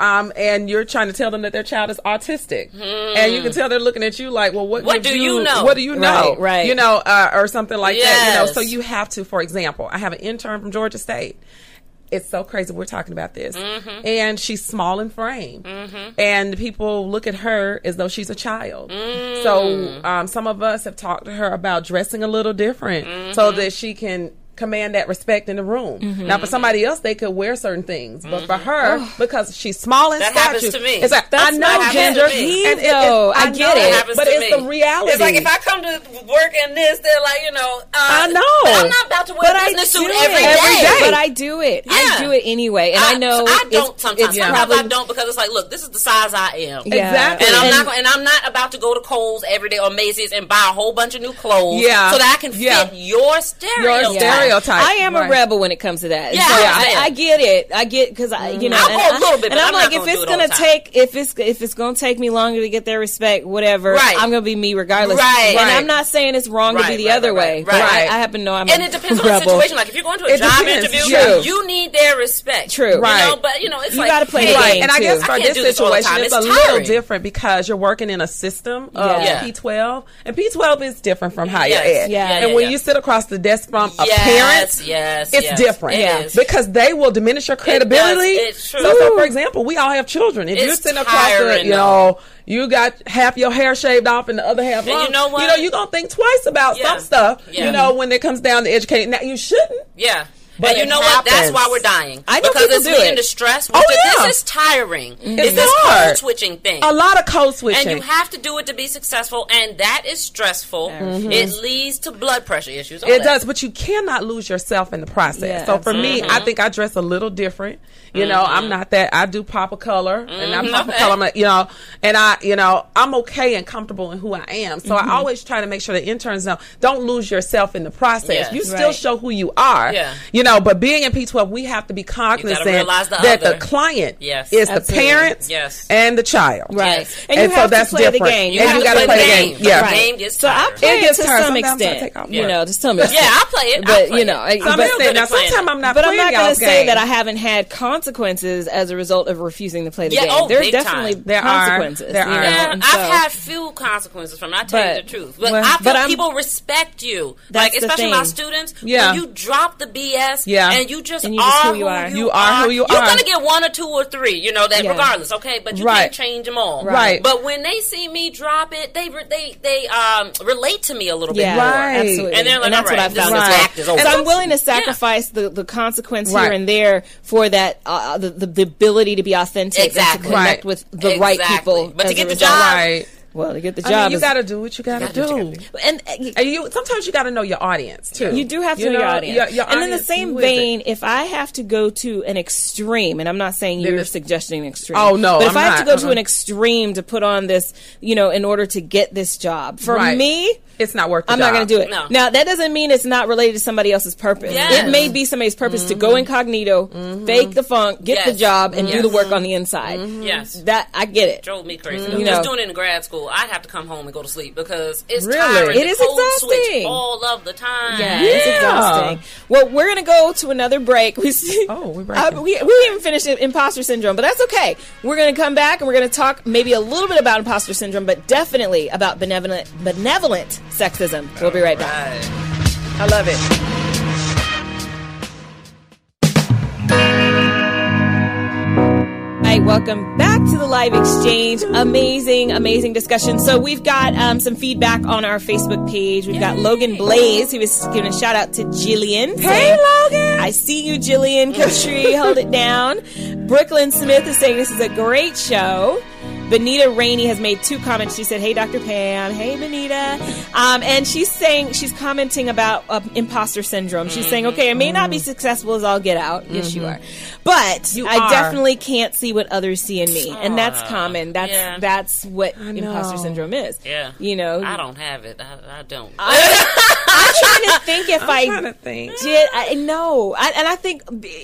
C: Um, and you're trying to tell them that their child is autistic, and you can tell they're looking at you like, "Well, what,
B: Hmm. What
C: gives
B: do you know?
C: What do you know?
A: Right, right.
C: You know, uh, or something like that. You know,
B: Yes.
C: so you have to, for example, I have an intern from Georgia State, it's so crazy we're talking about this
B: Mm-hmm.
C: and she's small in frame and people look at her as though she's a child
B: Mm.
C: so um, some of us have talked to her about dressing a little different so
B: Mm-hmm.
C: that she can command that respect in the room now for somebody else they could wear certain things but for her because she's small in
B: Mm-hmm. That
C: stature
B: happens to me.
C: it's like
B: That's
C: i
B: what
C: know
B: happens
C: ginger
B: to me.
C: and it- it-
A: Though, I get
C: know,
A: it.
B: That happens
C: but
B: to
C: it's
B: me.
C: the reality
B: It's like if I come to work in this, they're like, you know, uh,
C: I know.
B: but I'm not about to wear
A: But
B: a
A: I
B: business suit
A: do
B: every
A: it.
B: day.
A: But I do it. I
B: Yeah.
A: do it anyway, and I, know
B: I
A: it's-
B: don't sometimes.
A: It's
B: sometimes
A: probably
B: I don't because it's like, look, this is the size I am.
A: Yeah.
C: Exactly.
B: And I'm
A: And-
B: not gonna- and I'm not about to go to Kohl's every day or Macy's and buy a whole bunch of new clothes
C: Yeah.
B: so that I can fit
C: Yeah.
B: your stereotype.
C: Your stereotype.
A: I am
C: Right.
A: a rebel when it comes to that.
B: Yeah,
A: So
B: I
A: I,
B: understand.
A: I get it. I get because I, you know,
B: I'll go
A: and
B: a
A: I-
B: little bit,
A: and
B: but
A: I'm,
B: I'm not
A: like, if
B: gonna do
A: it's
B: it all
A: gonna
B: the time.
A: take, if it's if it's gonna take me longer to get their respect, whatever,
B: Right.
A: I'm gonna be me regardless.
B: Right.
A: And
B: Right.
A: I'm not saying it's wrong to be
B: Right,
A: the
B: right,
A: other
B: right,
A: way.
B: right,
A: but I,
C: right.
A: I happen to know I'm
B: and
A: a
B: it depends on the
A: rebel.
B: situation. Like if you're going to a
C: It
B: job
C: depends.
B: interview,
C: True.
B: you need their respect.
A: True.
B: You know,
C: Right.
B: but you know, it's
A: You
B: like
A: gotta play the
B: hey,
A: game,
C: Right, and I
A: too.
C: guess
B: I
C: for
B: can't
C: this
B: do this all the
C: situation,
B: time.
C: it's,
B: It's
C: a little
B: tiring.
C: different because you're working in a system of
A: Yeah.
C: P12, and P12 is different from higher
B: Yes.
C: ed.
A: Yeah.
C: and
B: Yeah, yeah,
C: when
B: yeah.
C: you sit across the desk from a
B: Yes,
C: parent,
B: yes,
C: it's
B: yes.
C: different
B: It Yeah. is.
C: because they will diminish your credibility.
B: It's true.
C: So, so, for example, we all have children. If
B: It's
C: you're sitting across the,
B: tiring,
C: you know, you got half your hair shaved off and the other half
B: And you
C: long.
B: know what?
C: You know, you're gonna think twice about
B: Yeah.
C: some stuff.
B: Yeah.
C: You know, when it comes down to educating. Now, you shouldn't.
B: Yeah.
C: But
B: and you
C: it
B: know what? That's
C: happens.
B: why we're dying.
C: I know
B: because
C: people
B: it's
C: do
B: leading
C: it.
B: to stress. Which
C: Oh,
B: is,
C: yeah.
B: This is tiring.
C: It's
B: this
C: hard.
B: code switching thing.
C: A lot of code switching.
B: and you have to do it to be successful, and that is stressful. It leads to blood pressure issues. all
C: It
B: that.
C: does, but you cannot lose yourself in the process.
A: Yeah,
C: so for me, I think I dress a little different. You know,
A: Mm-hmm.
C: I'm not that. I do pop a color, and I pop a
B: okay.
C: color. I'm like, you know, and I, you know, I'm okay and comfortable in who I am. So
A: Mm-hmm.
C: I always try to make sure the interns know don't lose yourself in the process.
B: Yes.
C: You still
A: Right.
C: show who you are.
B: Yeah.
C: You know, but being in P12, we have to be cognizant
B: realize the
C: that
B: other.
C: the client
B: Yes.
C: is
A: Absolutely.
C: the parents
B: Yes.
C: and the child.
A: Right.
B: Yes.
A: And,
C: And
A: you
C: so
A: have
C: that's
A: to play the
C: different.
A: game.
C: You And have you to gotta play the game. Yeah.
B: The
C: Right.
B: game gets
A: So I
B: tired.
A: play it
C: gets
A: to
C: tired.
A: some
C: Sometimes I
A: extent.
C: take off
A: You
C: work.
A: know, to some extent.
B: yeah, I play it. I
A: But,
B: play
A: you
B: it.
A: know, I-
B: I'm
C: So I'm
A: But-
B: real good
C: saying, now
B: at playing
C: sometimes
B: it.
C: I'm not.
A: but I'm
C: playing
A: not going to
C: y'all's
A: say
C: game.
A: that I haven't had consequences as a result of refusing to play the
B: Yeah,
A: game.
B: oh,
A: There's
B: big
A: definitely
B: time.
C: There are.
A: consequences.
C: There
A: you know,
C: are.
B: Yeah,
A: and so-
B: I've had few consequences from it. I tell you
A: But-
B: the truth, but
A: well,
B: I feel
A: but I'm-
B: people respect you,
A: That's
B: like
A: the
B: especially my
A: thing.
B: students.
C: Yeah.
B: when you drop the BS,
C: Yeah.
B: and you just
A: And you
B: are
A: just
B: who you are.
C: You are who you
B: You're
C: are.
B: gonna get one or two or three, you know that
A: Yeah.
B: regardless. Okay, but you
C: Right.
B: can't change them all.
C: Right.
B: But when they see me drop it, they re- they they um relate to me a little
A: Yeah,
B: bit more.
C: Right.
A: absolutely.
B: And they're like,
A: that's
B: all
A: what I
B: right,
A: found.
B: this
A: as
B: is
A: well.
B: act is over.
A: So I'm
B: Sometimes-
A: willing to sacrifice the, the consequence here
C: Right.
A: and there for that uh, the, the, the ability to be authentic and to
B: Exactly.
A: connect
C: Right.
A: with the right
B: Exactly.
A: people.
B: But to
A: as a
B: get the
A: result.
B: job-
C: Right.
A: well, to get the job,
C: I mean, you
A: is-
C: got to do what you got to do.
A: and uh,
C: And you sometimes you got to know your audience too.
A: You do have to know, your audience. and in the same
C: who is it?
A: vein, if I have to go to an extreme, and I'm not saying you're
C: it's-
A: suggesting an extreme.
C: Oh, no,
A: But if
C: I'm
A: I have to
C: not.
A: go to
C: Uh-uh.
A: an extreme to put on this, you know, in order to get this job, for
C: Right.
A: me,
C: it's not worth. The
A: I'm not going to do it.
B: No.
A: Now, that doesn't mean it's not related to somebody else's purpose.
B: Yes. Mm-hmm.
A: It may be somebody's purpose to go incognito, fake the funk, get
B: Yes. Mm-hmm.
A: the job, and do the work on the inside.
B: Yes.
A: That, I get it.
B: drove me crazy.
A: You know.
B: Just doing it in grad school, I'd have to come home and go to sleep because it's
C: Really?
B: tiring.
A: It
B: The
A: is
B: code
A: exhausting.
B: Switch all of the time.
A: Yeah, it's exhausting. Well, we're gonna go to another break. We see,
C: Oh, we're breaking.
A: uh, we we didn't even finish imposter syndrome, but that's okay. We're gonna come back and we're gonna talk maybe a little bit about imposter syndrome, but definitely about benevolent benevolent sexism. We'll be right back.
B: Right.
A: I love it. All right, welcome back to the live exchange. Amazing, amazing discussion. So we've got um, some feedback on our Facebook page. We've got Logan Blaze. He was giving a shout out to Jillian. Hey, Logan! I see you, Jillian. Country, hold it down. Brooklyn Smith is saying this is a great show. Benita Rainey has made two comments. She said, "Hey, Dr. Pam. Hey, Benita." Um, and she's saying she's commenting about uh, imposter syndrome. She's saying, "Okay, I may not be successful as I'll get out. Yes, you are, but
C: You
A: I
C: are.
A: definitely can't see what others see in me, and that's common. That's
B: Yeah.
A: that's what imposter syndrome is.
B: Yeah.
A: you know.
B: I don't have it. I, I don't.
A: I'm trying to think if i
C: trying to think.
A: did I no I, and I think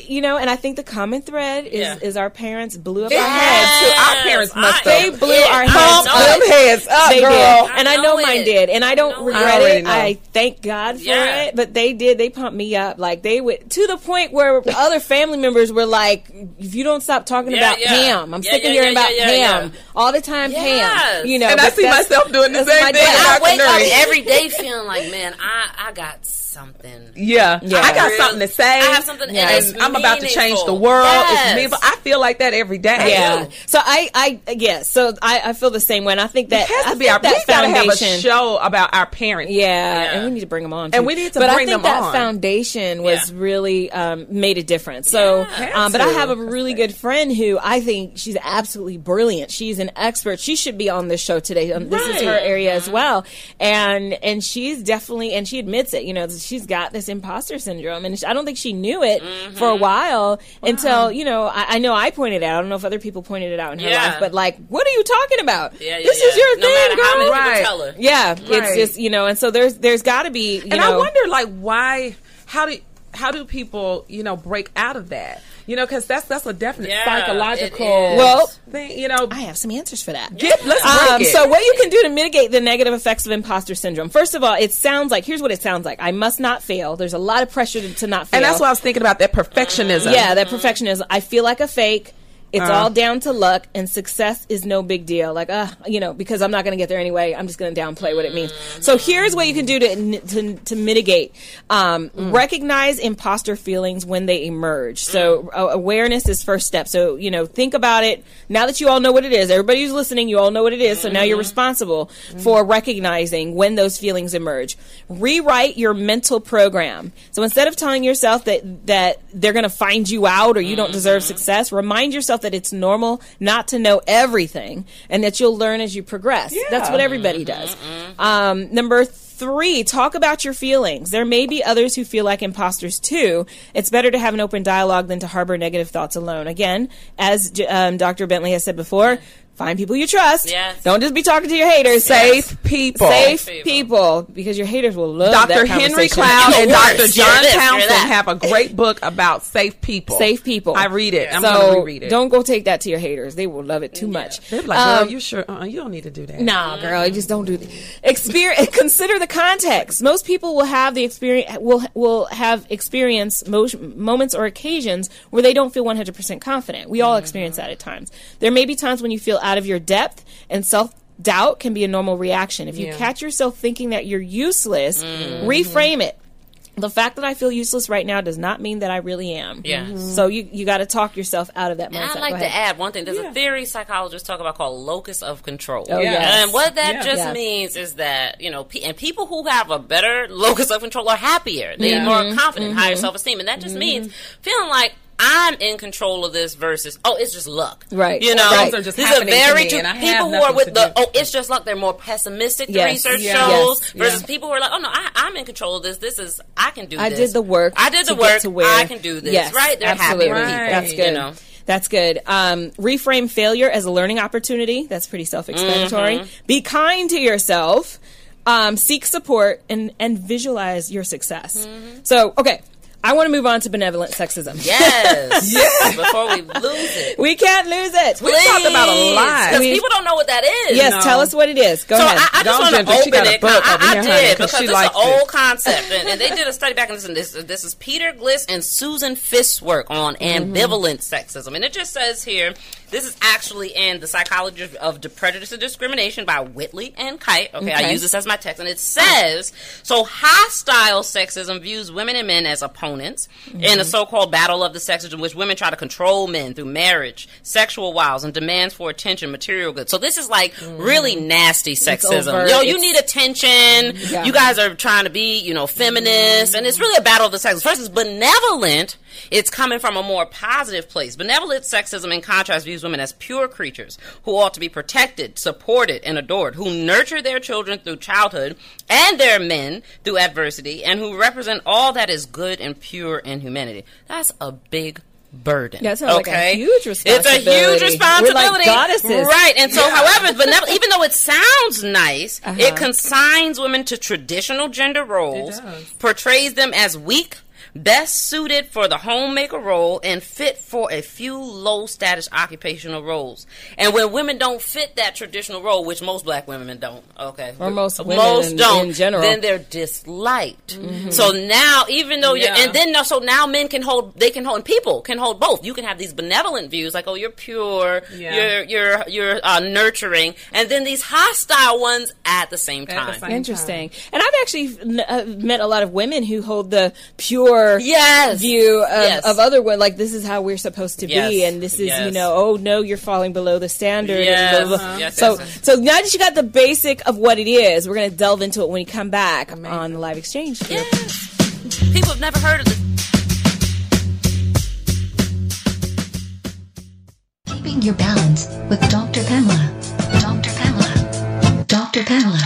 A: you know and I think the common thread is
B: Yeah.
A: is our parents blew up
C: They
A: our
C: had
A: heads
C: to. Our parents
B: I am
C: must
A: they blew our
B: I
A: heads
B: know
A: up.
B: it.
C: heads up,
A: they did,
B: I
A: and I know,
B: know it.
A: mine did, and I don't
B: know it. I
A: regret
C: already
A: it.
C: know.
A: I thank God for
B: Yeah.
A: it, but they did. They pumped me up, like they would to the point where other family members were like, "If you don't stop talking
B: Yeah,
A: about
B: yeah.
A: Pam, I'm
B: Yeah,
A: sick of
B: yeah,
A: hearing
B: yeah,
A: about
B: yeah, yeah,
A: Pam
B: yeah.
A: all the time,
B: Yes.
A: Pam." You know,
C: And I
A: but
C: see
A: that's-
C: myself doing the
A: that's
C: same
A: my
C: thing.
A: dad.
C: about
B: I wake up
C: Nuri.
B: every day feeling like, man, I, I got something.
C: Yeah. I got
B: Real-
C: something to say.
B: I have something- and it's
C: and I'm about to change the
B: meaningful.
C: world.
B: Yes.
C: It's me, but I feel like that every day.
A: Yeah.
B: do.
A: So I, I, yeah. So I, I feel the same way. And I think that
C: It has
A: I
C: to be
A: think
C: our. We
A: that
C: gotta have a
A: foundation.
C: show about our parents.
A: Yeah, and we need to bring them on, too.
C: And we need to
A: but I
C: bring
A: think
C: them
A: that
C: on.
A: foundation was
B: Yeah.
A: really um, made a difference. So,
C: Yeah.
A: um, but I
C: Had to.
A: have a really good friend who I think she's absolutely brilliant. She's an expert. She should be on this show today. Um, This is her area as well, and and she's definitely and she admits it. You know, she's got this imposter syndrome, and I don't think she knew it for a
B: Mm-hmm.
A: while until you know. I, I know I pointed it out. I don't know if other people pointed it out in her
B: Yeah.
A: life, but like, what are you talking about?
B: Yeah, yeah,
A: this is
B: yeah.
A: your
B: no
A: thing,
B: matter
A: girl.
B: How many
C: Right.
B: people tell her.
A: Yeah, it's
C: Right.
A: just you know, and so there's there's got to be. You
C: and
A: know,
C: I wonder, like, why? How do? How do people, you know, break out of that? You know, because that's that's a definite
B: Yeah,
C: psychological
B: it is.
A: Well-
C: thing. You know,
A: I have some answers for that.
C: get let's break
A: Um,
C: it.
A: so what you can do to mitigate the negative effects of imposter syndrome? First of all, it sounds like here's what it sounds like: I must not fail. There's a lot of pressure to, to not fail,
C: and that's what I was thinking about that perfectionism.
A: yeah, that perfectionism. I feel like a fake. It's all down to luck, and success is no big deal. Like, uh, you know, because I'm not going to get there anyway. I'm just going to downplay what it means. So here's what you can do to to, to mitigate: um, recognize imposter feelings when they emerge. So uh, awareness is first step. So you know, think about it. Now that you all know what it is, everybody who's listening, you all know what it is. So now you're responsible for recognizing when those feelings emerge. Rewrite your mental program. So instead of telling yourself that that they're going to find you out or you don't deserve success, remind yourself that it's normal not to know everything and that you'll learn as you progress. That's what everybody does. Um, number three, talk about your feelings. There may be others who feel like imposters too. It's better to have an open dialogue than to harbor negative thoughts alone. Again, as J- um, Dr. Bentley has said before, find people you trust.
B: Yes.
A: Don't just be talking to your haters.
C: Safe people.
A: Safe
B: People.
A: people, because your haters will love
C: Dr.
A: that
C: Henry
A: conversation.
C: Cloud and Dr.
B: Hear
C: John
B: this, hear
C: Townsend
B: that.
C: have a great book about safe people.
A: Safe people.
C: I read it. I'm
A: so
C: going to reread it.
A: don't go take that to your haters. They will love it too much.
C: They're like, girl,
A: Um,
C: you sure? Uh, you don't need to do that.
A: Nah, girl, you just don't do that. Experience. consider the context. Most people will have the experience will will have experience mo- moments or occasions where they don't feel one hundred percent confident. We all experience that at times. There may be times when you feel out of your depth and self. Doubt can be a normal reaction. If you catch yourself thinking that you're useless,
B: Mm-hmm.
A: reframe it. The fact that I feel useless right now does not mean that I really am.
B: Yeah. Mhm.
A: So you you got to talk yourself out of that mindset.
B: And I'd
A: Go
B: like to
A: ahead.
B: add one thing. There's a theory psychologists talk about called locus of control.
A: Oh, Yeah. yes.
B: And what that
C: Yeah.
B: just
A: Yeah.
B: means is that, you know, pe- and people who have a better locus of control are happier. They are
A: Mm-hmm.
B: more confident, higher self esteem. And that just means feeling like I'm in control of this versus, oh, it's just luck.
A: Right.
B: You know,
A: Right.
B: these
A: Things
C: are just
B: are
C: happening to
B: very
C: me
B: true.
C: and I have
B: People who
C: nothing
B: are with
C: to
B: the,
C: do.
B: oh, it's just luck, they're more pessimistic, the
A: Yes.
B: research
A: Yeah.
B: shows,
A: Yes.
B: versus
A: Yeah.
B: people who are like, oh, no, I, I'm in control of this. This is, I can do
A: I
B: this.
A: did the work.
B: I did
A: to
B: the
A: get
B: work.
A: to where
B: I can do this.
A: Yes,
B: Right? They're
A: absolutely.
B: happier people.
C: Right.
A: That's good.
B: You know?
A: That's good. Um, reframe failure as a learning opportunity. That's pretty self-explanatory.
B: Mm-hmm.
A: Be kind to yourself. Um, seek support and and visualize your success.
B: Mm-hmm.
A: So, okay, I want to move on to benevolent sexism.
B: Yes. yes. Before we lose it.
A: we can't lose it.
B: We
C: talked about a lot.
B: Because
A: We-
B: people don't know what that is.
A: yes, tell us what it is. Go
B: So
A: ahead.
B: I, I just
C: Don't
B: want to
C: judge her. She
B: open
C: got a
B: it.
C: book
B: I,
C: over
B: I, I
C: here, honey,
B: did
C: 'cause
B: because
C: she
B: this is an
C: likes
B: old
C: it.
B: concept, and, and they did a study back in this. And this, this is Peter Gliss and Susan Fisk's work on ambivalent sexism, and it just says here This is actually in The Psychology of De- Prejudice and Discrimination by Whitley and Kite. Okay, I use this as my text. And it says so hostile sexism views women and men as opponents
A: Mm-hmm.
B: in a so called battle of the sexes in which women try to control men through marriage, sexual wiles, and demands for attention, material goods. So this is like really nasty sexism.
A: Mm. overt.
B: Yo, you
A: It's-
B: need attention. You guys are trying to be, you know, feminist. And it's really a battle of the sexes. Versus benevolent, it's coming from a more positive place. Benevolent sexism, in contrast, views women as pure creatures who ought to be protected, supported, and adored, who nurture their children through childhood and their men through adversity, and who represent all that is good and pure in humanity. That's a big burden.
A: That sounds like a huge
B: It's a huge
A: responsibility.
B: responsibility.
A: We're like goddesses.
B: Right. And so, however, but never, even though it sounds nice,
A: Uh-huh.
B: it consigns women to traditional gender roles, portrays them as weak, best suited for the homemaker role, and fit for a few low status occupational roles. And when women don't fit that traditional role, which most black women don't, okay,
A: Or most women in- in general. Mm-hmm.
B: then they're disliked. So now, even though you're, and then so now men can hold, they can hold, and people can hold both. You can have these benevolent views, like oh, you're pure, you're you're you're uh, nurturing, and then these hostile ones at the same time.
A: Interesting. And I've actually n- uh, met a lot of women who hold the pure
B: Yes.
A: view of,
B: Yes.
A: of other women. Like, this is how we're supposed to be.
B: Yes.
A: And this is, you
B: Yes.
A: know, oh, no, you're falling below the standard. and
B: Yes.
A: blah, blah, blah.
B: Uh-huh. Yes,
A: So,
B: yes, yes.
A: so now that you got the basic of what it is, we're going to delve into it when we come back on the live exchange. here.
B: Yes. People have never heard of this.
E: Keeping your balance with Dr. Pamela. Dr. Pamela. Dr. Pamela.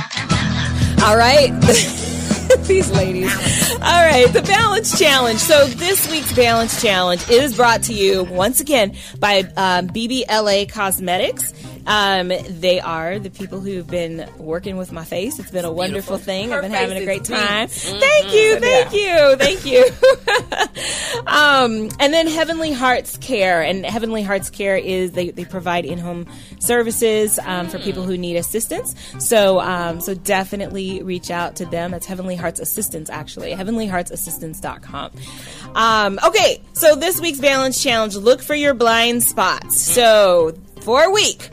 A: All right. These ladies. All right, the balance challenge. So this week's balance challenge is brought to you once again by um, BBLA Cosmetics. Um, they are the people who've been working with my face. It's been a wonderful thing. I've been having a great time. Thank you, thank you, thank you. um, and then Heavenly Hearts Care, and Heavenly Hearts Care is they, they provide in home services um, for people who need assistance. So um, so definitely reach out to them. That's Heavenly Hearts Assistance, actually. HeavenlyHeartsAssistance.com. Um, okay, so this week's balance challenge look for your blind spots. So for a week,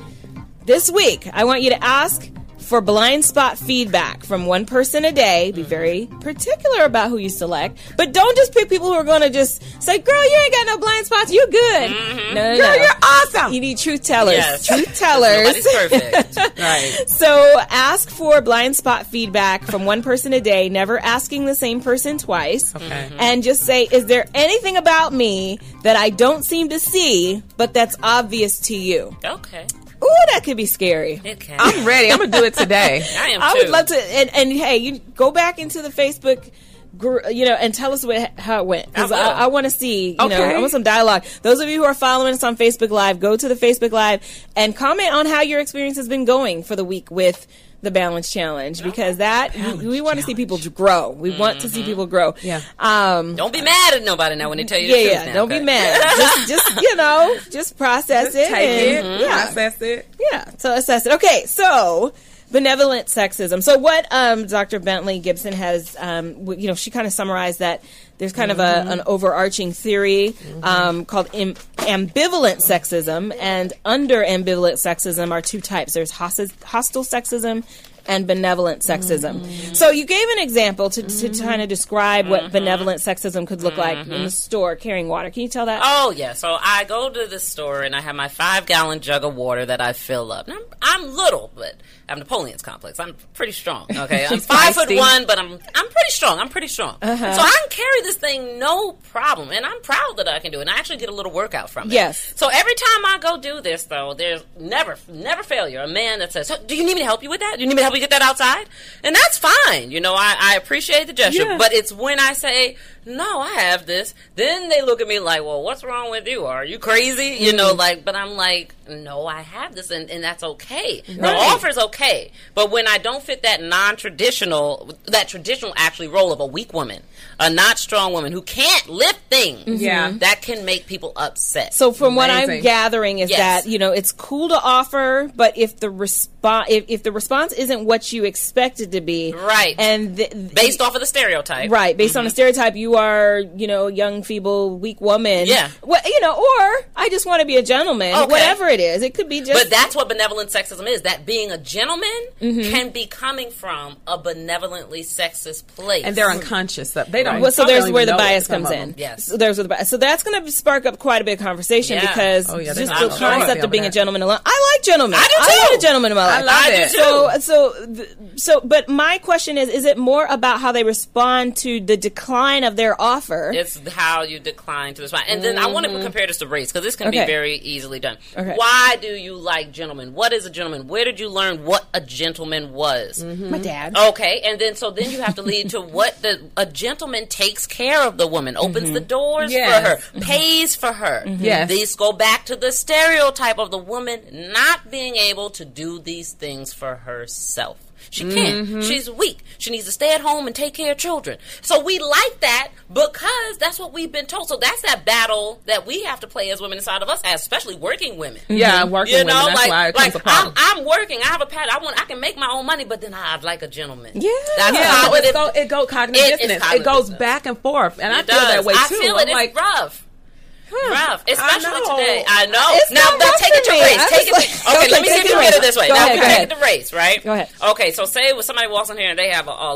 A: this week, I want you to ask for blind spot feedback from one person a day.
C: Mm-hmm.
A: Be very particular about who you select, but don't just pick people who are going to just say, "Girl, you ain't got no blind spots. You good." No, no, no.
C: Mm-hmm. Girl, you're awesome.
A: You need truth tellers.
B: Yes.
A: Truth tellers.
B: Nobody's perfect. right.
A: So ask for blind spot feedback from one person a day, never asking the same person twice. Mm-hmm.
C: Okay.
A: And just say, is there anything about me that I don't seem to see, but that's obvious to you?
B: Okay.
A: Ooh, that could be scary.
B: Okay.
C: I'm ready. I'm gonna do it today.
B: I am
A: I
B: too.
A: would love to. And, and hey, you go back into the Facebook. gr- You know, and tell us what, how it went because
B: I will.
A: I, I, want to see. You know,
C: Okay.
A: I want some dialogue. Those of you who are following us on Facebook Live, go to the Facebook Live and comment on how your experience has been going for the week with the balance challenge because that we, we want to see people grow. We want to see people grow.
C: Yeah.
A: Um.
B: Mm-hmm. Don't be mad at nobody now when they tell you
A: Yeah.
B: the truth.
A: Yeah.
B: now,
A: Don't
B: okay?
A: be mad. just, just you know, just process it.
C: Take
A: and-
B: Mm-hmm.
C: it. Mm-hmm.
A: Yeah.
C: Process it.
A: Yeah. So assess it. Okay. So benevolent sexism. So what um, Dr. Bentley Gibson has, um, w- you know, she kind of summarized that there's kind of a, an overarching theory um, called Im- ambivalent sexism and under ambivalent sexism are two types. There's hostis- hostile sexism and benevolent sexism. So you gave an example to, to kind of describe what benevolent sexism could look like in the store carrying water. Can you tell that?
B: Oh yeah, so I go to the store and I have my five gallon jug of water that I fill up. And I'm, I'm little, but I'm Napoleon's complex. I'm pretty strong. Okay, I'm five foot
C: feisty.
B: one, but I'm I'm pretty strong. I'm pretty strong. So I can carry this thing no problem, and I'm proud that I can do it. And I actually get a little workout from it.
A: Yes.
B: So every time I go do this, though, there's never never failure. A man that says, so, "Do you need me to help you with that? Do you need me to help you get that outside?" And that's fine. You know, I, I appreciate the gesture, but it's when I say, "No, I have this," then they look at me like, "Well, what's wrong with you? Are you crazy?" You know, like. But I'm like, "No, I have this," and, and that's okay. The offer is okay, but when I don't fit that non-traditional, that traditional actually role of a weak woman, a not strong woman who can't lift things,
C: Yeah.
B: that can make people upset.
A: So from what I'm
C: Amazing.
A: gathering is
B: Yes.
A: that you know it's cool to offer, but if the response if, if the response isn't wasn't what you expected to be.
B: Right.
A: And th- th-
B: based Mm-hmm. off of the stereotype.
A: Right, based on a stereotype, you are, you know, a young, feeble, weak woman.
B: Yeah.
A: Well, you know, or I just want to be a gentleman.
B: Okay.
A: Whatever it is, it could be just.
B: But that's what benevolent sexism is. That being a gentleman
A: Mm-hmm.
B: can be coming from a benevolently sexist place.
C: and they're unconscious. That they don't.
A: well, so
C: some
A: there's
C: don't
A: where
C: even
A: the
C: know it,
A: bias
C: some
A: comes
C: of them.
A: in.
B: Yes.
A: So there's where the bias. So that's going to spark up quite a bit of conversation
B: Yeah.
A: because
C: Oh, yeah, they
A: just
C: don't
A: the
C: know.
B: Sure.
A: concept
C: Feel
A: of being a
C: that.
A: gentleman alone. I like gentlemen.
B: I do
A: I
B: too.
A: want a gentleman in my life.
C: love
B: I do
C: it.
B: too.
A: So, so, th- so, but my question is: Is it more about how they respond to the decline of their offer?
B: It's how you decline to respond. And then I want to compare this to race because this can
A: Mm-hmm. Okay.
B: be very easily done.
A: Okay.
B: Why do you like gentlemen? What is a gentleman? Where did you learn what a gentleman was?
A: My dad.
B: Okay, and then so then you have to lead to what the a gentleman takes care of the woman, opens the doors
C: Mm-hmm. Yes. Mm-hmm.
B: for her, pays for her.
C: Yes.
B: These go back to the stereotype of the woman not being able to do these things for herself. She can't.
C: Mm-hmm.
B: She's weak. She needs to stay at home and take care of children. So we like that because that's what we've been told. So that's that battle that we have to play as women inside of us, as especially working women
C: Yeah, working
B: Mm-hmm. you know,
C: women. That's
B: like,
C: why it
B: like
C: comes a problem.
B: I'm, I'm working. I have a pattern. I want. I can make my own money, but then I'd like a gentleman.
A: Yeah.
B: that's
C: yeah, so
B: positive.
C: it's go, it go cognitive
B: It is
C: dissonance.
B: cognitive
C: it goes
B: dissonance.
C: back and forth, and I
B: It
C: feel
B: does.
C: that way too.
B: I feel
C: I'm
B: it.
C: like,
B: it's rough. Rough, especially
C: know.
B: today. I know.
A: It's
B: now,
A: not
B: now
A: rough
B: take
A: for
B: it to
A: me.
B: race.
A: I
B: Take it.
A: was like- I
B: okay,
A: was
B: let
A: like,
B: me
A: take
B: see
A: it
B: if you
A: to
B: get it
A: race.
B: this way.
A: Go
B: now
A: ahead,
B: we
A: go
B: take
A: ahead.
B: it to race, right?
A: Go ahead.
B: Okay, so say when somebody walks in here and they have a, a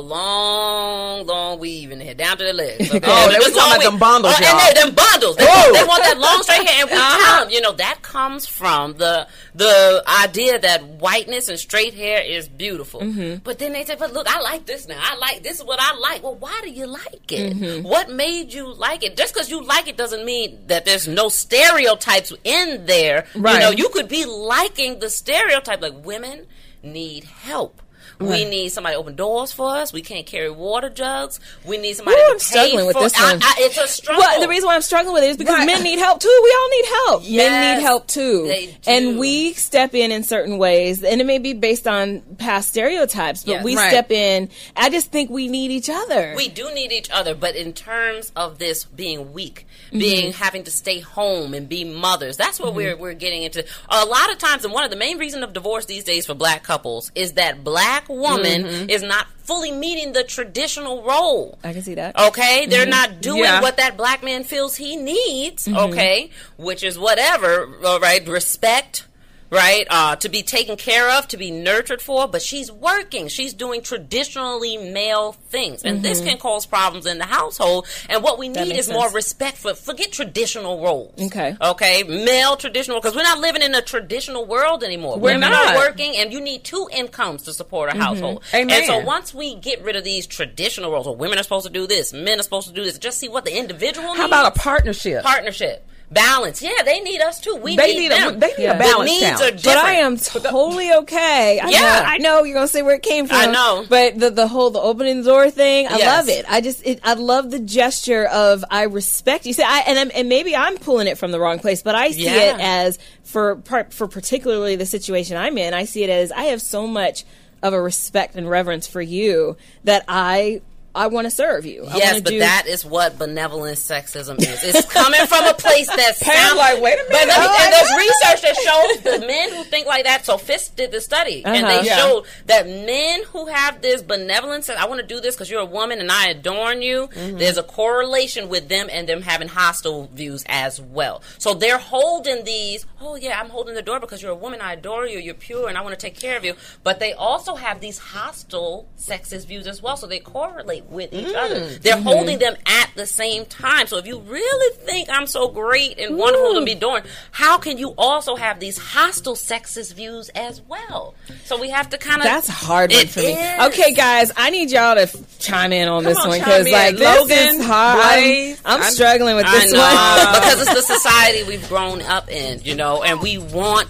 B: long, long weave in the hair, down to their legs. Okay?
C: Oh, they
B: This
C: was talking
B: long
C: about
B: weave.
C: them bundles,
B: Oh, and
C: y'all. Oh.
B: they, them bundles. They,
C: Whoa.
B: they want that long straight hair, and we
A: Uh-huh.
B: tell them, you know, that comes from the the idea that whiteness and straight hair is beautiful.
A: Mm-hmm.
B: But then they say, but look, I like this now. I like this is what I like. Well, why do you like it?
A: Mm-hmm.
B: What made you like it? Just because you like it doesn't mean that there's no stereotypes in there. You
C: Right.
B: know, you could be liking the stereotype, like women need help. We need somebody to open doors for us. We can't carry water jugs. We need somebody
A: Ooh,
B: to
A: I'm
B: pay
A: struggling with
B: for-
A: this
B: I-
A: one.
B: I- it's a struggle.
A: Well, the reason why I'm struggling with it is because
C: Right.
A: men need help too. We all need help. men
B: Yes,
A: need help too.
B: they do.
A: And we step in in certain ways, and it may be based on past stereotypes, but
B: Yes.
A: we
C: Right.
A: step in. I just think we need each other.
B: we do need each other, but in terms of this being weak, being having to stay home and be mothers, that's what we're we're getting into. A lot of times, and one of the main reasons of divorce these days for black couples is that black woman is not fully meeting the traditional role.
A: I can see that.
B: Okay, they're not doing
C: Mm-hmm. Yeah. Mm-hmm.
B: what that black man feels he needs. Okay, which is whatever. All right, respect. Right, uh, to be taken care of, to be nurtured for, but she's working. She's doing traditionally male things, and this
C: Mm-hmm.
B: can cause problems in the household. And what we need
A: makes
B: is more
A: sense.
B: respect for. Forget traditional roles.
A: Okay.
B: okay, male traditional because we're not living in a traditional world anymore.
C: We're
B: Women
C: not. Mm-hmm.
B: are working, and you need two incomes to support a household.
C: Amen.
B: And so once we get rid of these traditional roles, well, women are supposed to do this, men are supposed to do this, just see what the individual
C: how about a partnership?
B: partnership? Balance. Yeah, they need us too. We
C: They
B: need
C: need a-
B: them.
C: they need a
B: The
C: balance
B: needs
C: challenge.
B: are
C: But
B: different.
A: But I am totally okay. I
B: Yeah.
A: know, I know you're gonna say where it came from.
B: I know.
A: but the the whole the opening the door thing, I
B: Yes.
A: love it. I just it, I love the gesture of I respect you. See, I and I'm, and maybe I'm pulling it from the wrong place, but I see
B: Yeah.
A: it as for part for particularly the situation I'm in. I see it as I have so much of a respect and reverence for you that I. I want to serve you. I
B: Yes,
A: wanna
B: but
A: do-
B: that is what benevolent sexism is. It's coming from a place that's
C: Pam's like, wait a
B: But
C: minute.
B: let me,
C: Oh,
B: and
C: I
B: there's research that shows the men who think like that. So Fisk did the study, and
A: Uh-huh.
B: they
A: Yeah.
B: showed that men who have this benevolence, I want to do this because you're a woman and I adorn you.
C: Mm-hmm.
B: There's a correlation with them and them having hostile views as well. So they're holding these. Oh yeah, I'm holding the door because you're a woman. I adore you. You're pure, and I want to take care of you. But they also have these hostile sexist views as well. So they correlate with each
A: Mm.
B: other.
A: Mm-hmm.
B: They're holding them at the same time. So if you really think I'm so great and wonderful
A: Mm.
B: to be doing, how can you also have these hostile sexist views as well? So we have to kind of
A: That's a hard one
B: It
A: for me.
B: is.
A: Okay, guys, I need y'all to f- chime in on this
C: on,
A: one
C: chime
A: because
C: in.
A: like this
C: Listen,
A: is hard. I'm,
C: Blaze,
A: I'm
C: I'm-
A: struggling with
B: I
A: this
B: know
A: one.
B: because it's the society we've grown up in, you know, and we want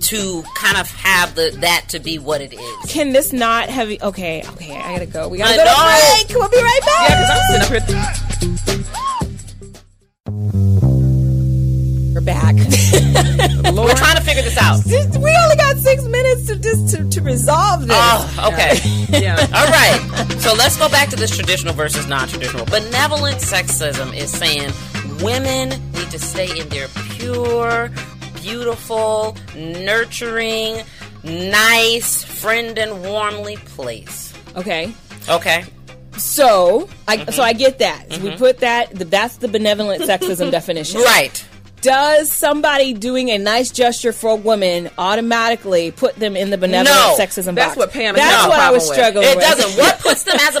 B: to kind of have the that to be what it is.
A: Can this not have? Okay, okay, I gotta go. We gotta
B: I
A: go
B: know.
A: to break. We'll be right back.
C: Yeah, 'cause I'm sitting up here. thinking,
A: We're back.
B: We're trying to figure this out.
A: Just- we only got six minutes to just to, to resolve this.
B: Oh, okay.
C: Ah, Yeah.
B: All right. So let's go back to this traditional versus non traditional. Benevolent sexism is saying women need to stay in their pure, beautiful, nurturing, nice, friend and warmly place.
A: Okay.
B: Okay.
A: So I
C: Mm-hmm.
A: so I get that. So We put that the, that's the benevolent sexism definition.
B: Right.
A: Does somebody doing a nice gesture for a woman automatically put them in the benevolent
B: No,
A: sexism
C: that's
A: box?
C: what Pam
A: That's
C: has a
A: what I was
C: problem with.
A: struggling
B: It
A: with.
B: doesn't. What puts them as a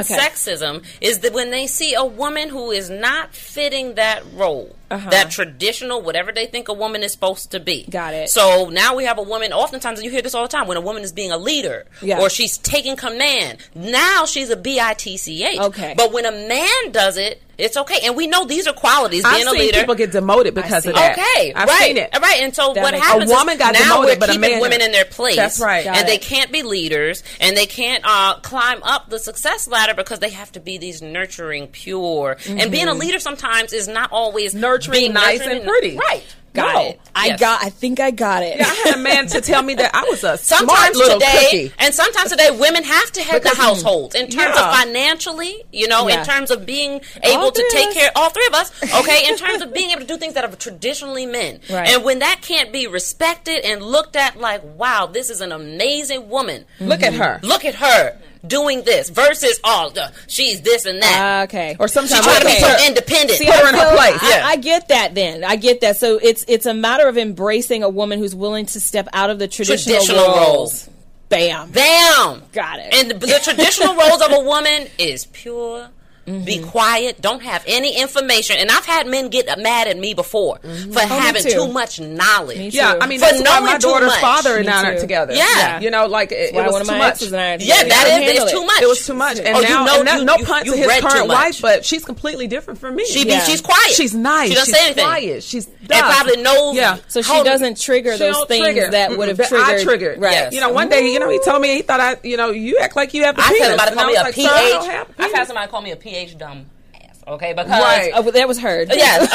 A: Okay.
B: sexism is that when they see a woman who is not fitting that role,
A: Uh-huh.
B: that traditional, whatever they think a woman is supposed to be.
A: Got it.
B: So now we have a woman, oftentimes, and you hear this all the time, when a woman is being a leader
A: Yeah.
B: or she's taking command, now she's a BITCH.
A: Okay.
B: But when a man does it, it's okay. And we know these are qualities.
C: I've
B: being
C: seen
B: a leader.
C: people get demoted because
A: see.
C: of that.
B: Okay,
C: I've
B: right,
C: seen it.
B: right. And so
A: That
B: what
A: makes- A
B: happens
C: woman
B: is
C: got
B: now
C: demoted,
B: we're
C: but a
B: keeping
C: man-
B: women in their place.
C: That's right. Got
B: and they
A: it.
B: can't be leaders, and they can't uh, climb up the success ladder because they have to be these nurturing, pure. And being a leader sometimes is not always
C: Mm-hmm. Nurturing,
B: being
C: nice, and pretty.
B: Right.
C: Got
B: No.
C: it.
A: I
B: Yes.
A: got I think I got it.
C: I had a man to tell me that I was a smart
B: Sometimes
C: little
B: today,
C: cookie.
B: and sometimes today, women have to head the households in terms
C: yeah.
B: of financially, you know,
A: mm, Yeah.
B: in terms of being able
A: All
B: to
A: three of
B: take
A: us.
B: care. All three of us, okay, in terms of being able to do things that are traditionally men,
A: Right.
B: and when that can't be respected and looked at like, wow, this is an amazing woman.
A: Mm-hmm.
C: Look at her.
B: Look at her doing this versus all the she's this and that.
A: Uh, Okay.
C: Or
B: She's
C: sometimes
B: trying to be
C: okay.
B: so independent.
A: See,
C: her
A: I
C: in her
A: feel-
C: place.
A: I,
B: Yeah.
A: I get that. Then I get that. So it's it's a matter of embracing a woman who's willing to step out of the traditional,
B: Traditional
A: roles.
B: roles.
A: Bam.
B: Bam.
A: Got it.
B: And the, the traditional roles of a woman is pure. Be
C: Mm-hmm.
B: quiet. Don't have any information. And I've had men get mad at me before
C: Mm-hmm. Oh,
B: for having
A: too.
B: too. much knowledge.
C: Yeah,
A: too.
C: I mean,
B: For
C: that's why
B: knowing
C: my
B: too
C: daughter's
B: much.
C: father and
A: Me
C: I aren't
A: too.
C: together.
B: Yeah.
C: you know, like it, it
A: Why
C: was
A: one of
C: too
A: my
C: much.
A: exes and I are
B: Yeah,
A: together.
B: that
A: Couldn't
B: is
A: handle
B: it's
A: it.
B: too much.
C: It was too much, and
B: Oh, you
C: now
B: know-
C: and that,
B: you-
C: no
B: you-
C: pun
B: you
C: to his
B: read too
C: current
B: much.
C: wife, but she's completely different from me.
B: She be,
A: Yeah.
B: she's quiet.
C: She's nice.
B: She doesn't
C: she's
B: say anything.
C: Quiet. She's dumb.
B: And probably knows.
C: Yeah.
A: So she
B: how to-
A: doesn't trigger
C: She
A: those
C: don't
A: things
C: trigger.
A: that
C: Mm-mm.
A: would have
C: That
A: triggered.
C: I triggered.
A: Right.
B: Yes.
C: You know, one day, you know, he told me he thought I, you know, you act like you have the
B: I
C: penis.
B: had somebody
C: And I
B: call me
C: was
B: a
C: like,
B: PH.
C: sir, I don't have
B: I've
C: penis.
B: had somebody call me a PH dumb ass. Okay, because
C: Right.
A: Oh, well, that was her.
B: Yes, uh,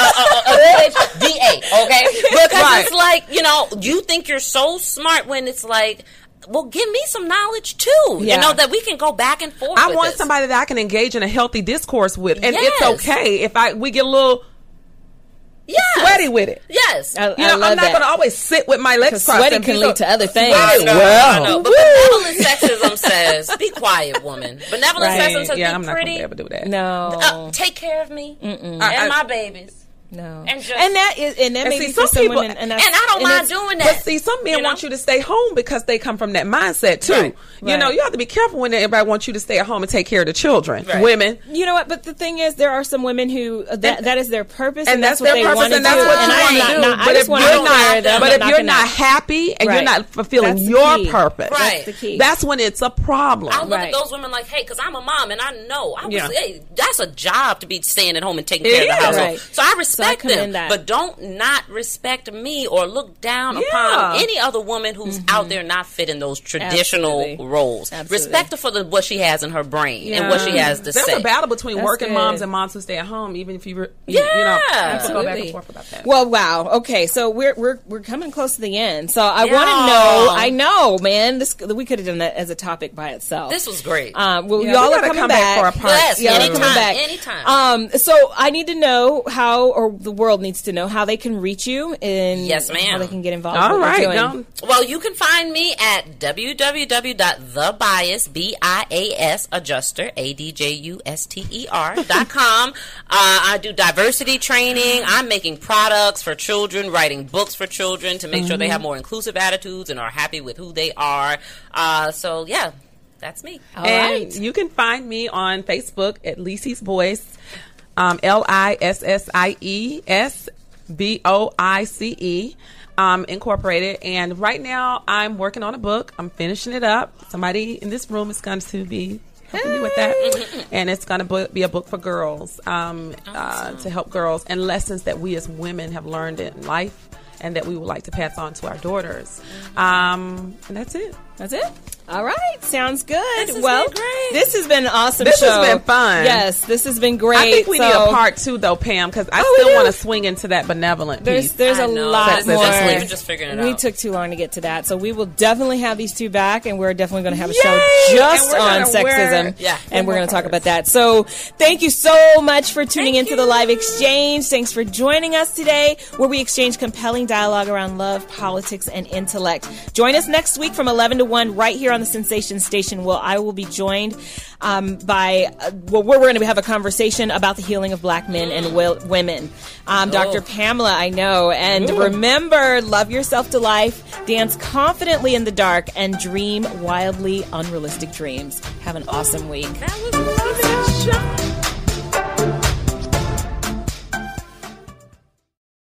B: a, uh, a, a, a PhDA, okay? Because
C: Right.
B: it's like, you know, you think you're so smart when it's like, well, give me some knowledge too.
A: Yeah.
B: You know, that we can go back and forth.
C: I
B: with
C: want
B: this.
C: somebody that I can engage in a healthy discourse with, and
B: Yes.
C: it's okay if I we get a little
B: yes.
C: sweaty Uh, with it.
B: Yes.
A: I,
C: You
A: I
C: know, I'm
A: love
C: not
A: that.
C: going to always sit with my legs crossed.
A: sweaty
C: and be
A: can
C: so-
A: lead to other things.
B: I know,
C: Wow.
B: I know. But benevolent sexism says, be quiet, woman. Benevolent
A: Right.
B: sexism says,
C: yeah,
B: be
C: I'm not going
B: pretty.
C: to ever do that.
A: No.
B: Uh, take care of me and
C: I- I-
B: my babies.
A: no.
B: and just-
A: that is and that
C: And
A: may
C: see,
A: be for
C: some
A: some
C: people-
A: women. And,
B: And I don't mind
A: it's-
B: doing that.
C: But see, some men
B: you know?
C: want you to stay home because they come from that mindset too.
B: Right.
C: You know,
A: Right.
C: you have to be careful when everybody wants you to stay at home and take care of the children, women.
A: You know what? But the thing is, there are some women who uh, that, that is their purpose, and,
C: And
A: that's,
C: that's,
A: what
C: their
A: they
C: purpose,
A: want to
C: and that's
A: do.
C: what you
A: and I am
C: want to
A: not,
C: do.
A: not- I
C: but
A: just
C: if
A: wanna
C: you're
A: know where
C: not,
A: them,
C: but
A: I'm
C: if you're
A: gonna-
C: not happy and
A: Right.
C: you're not fulfilling
A: That's the
C: your
A: key.
C: purpose,
B: Right. That's the
A: key.
C: that's when it's a problem.
B: I look
A: Right.
B: at those women like, hey, because I'm a mom and I know I was,
C: Yeah.
B: hey, that's a job to be staying at home and taking
C: It
B: care of
C: is.
B: the household.
A: Right.
B: So I respect them,
A: commend that.
B: but don't not respect me or look down
C: Yeah.
B: upon any other woman who's out there not fitting those traditional
A: Mm-hmm. Absolutely.
B: roles.
A: Absolutely.
B: Respect her for the, what she has in her brain and what she has to
C: There's
B: say.
C: a battle between
A: That's
C: working
A: good.
C: moms and moms who stay at home, even if you, were, you, you
B: Yeah.
C: know, people go back and
A: Absolutely.
C: forth about that.
A: Well, wow. Okay, so we're we're we're coming close to the end. So I
B: Yeah.
A: want to know. I know, man. This we could have done that as a topic by itself.
B: this was great.
A: Um, well,
C: Yeah, we
A: y'all are
C: gotta
A: coming
C: come
A: back.
C: back for a part
B: Yes,
A: y'all are
B: anytime,
A: coming back
B: anytime.
A: Um, so I need to know how, or the world needs to know how they can reach you and
B: Yes, ma'am.
A: how they can get involved.
C: All
A: with what
C: right,
A: you're doing.
C: now,
B: Well, you can find me at www.thebias, B-I-A-S, adjuster, A-D-J-U-S-T-E-R, E dot com. Uh, I do diversity training. I'm making products for children, writing books for children to make sure they have more inclusive attitudes and are happy with who they are. Uh, so, yeah, that's me.
C: and you can find me on Facebook at Lisie's Voice, um, L I S S I E S B O I C E. Um, incorporated and right now I'm working on a book. I'm finishing it up. Somebody in this room is going to be helping me with that, and it's going to bu- be a book for girls um, uh, to help girls and lessons that we as women have learned in life and that we would like to pass on to our daughters. Um, and that's it.
A: Mm-hmm. That's it. All right, sounds good.
B: has
A: well,
B: been great.
A: this has been an awesome.
C: This has
A: show.
C: been fun.
A: Yes, this has been great.
C: I think we
A: so
C: need a part two though, Pam, because I
A: Oh, we
C: still
A: do.
C: want to swing into that benevolent
A: There's
C: piece.
A: there's a
B: I know.
A: lot
C: That's-
A: more.
C: that's what
B: we're just figuring it
A: we
B: out.
A: took too long to get to that, so we will definitely have these two back, and we're definitely going to have a show
C: Yay!
A: just
C: And we're
A: on
C: gonna
A: sexism.
C: wear-
B: Yeah.
A: and we're going to talk about that. So thank you so much for tuning
B: Thank
A: into the
B: you.
A: live exchange. Thanks for joining us today, where we exchange compelling dialogue around love, politics, and intellect. Join us next week from 11 to 1 right here on the Sensation Station. Well, I will be joined um, by uh, well, where we're going to have a conversation about the healing of black men and will- women. Um,
B: Oh.
A: Dr. Pamela, I know, and remember, love yourself to life, dance confidently in the dark, and dream wildly unrealistic dreams. Have an awesome week.
B: That was a lovely show.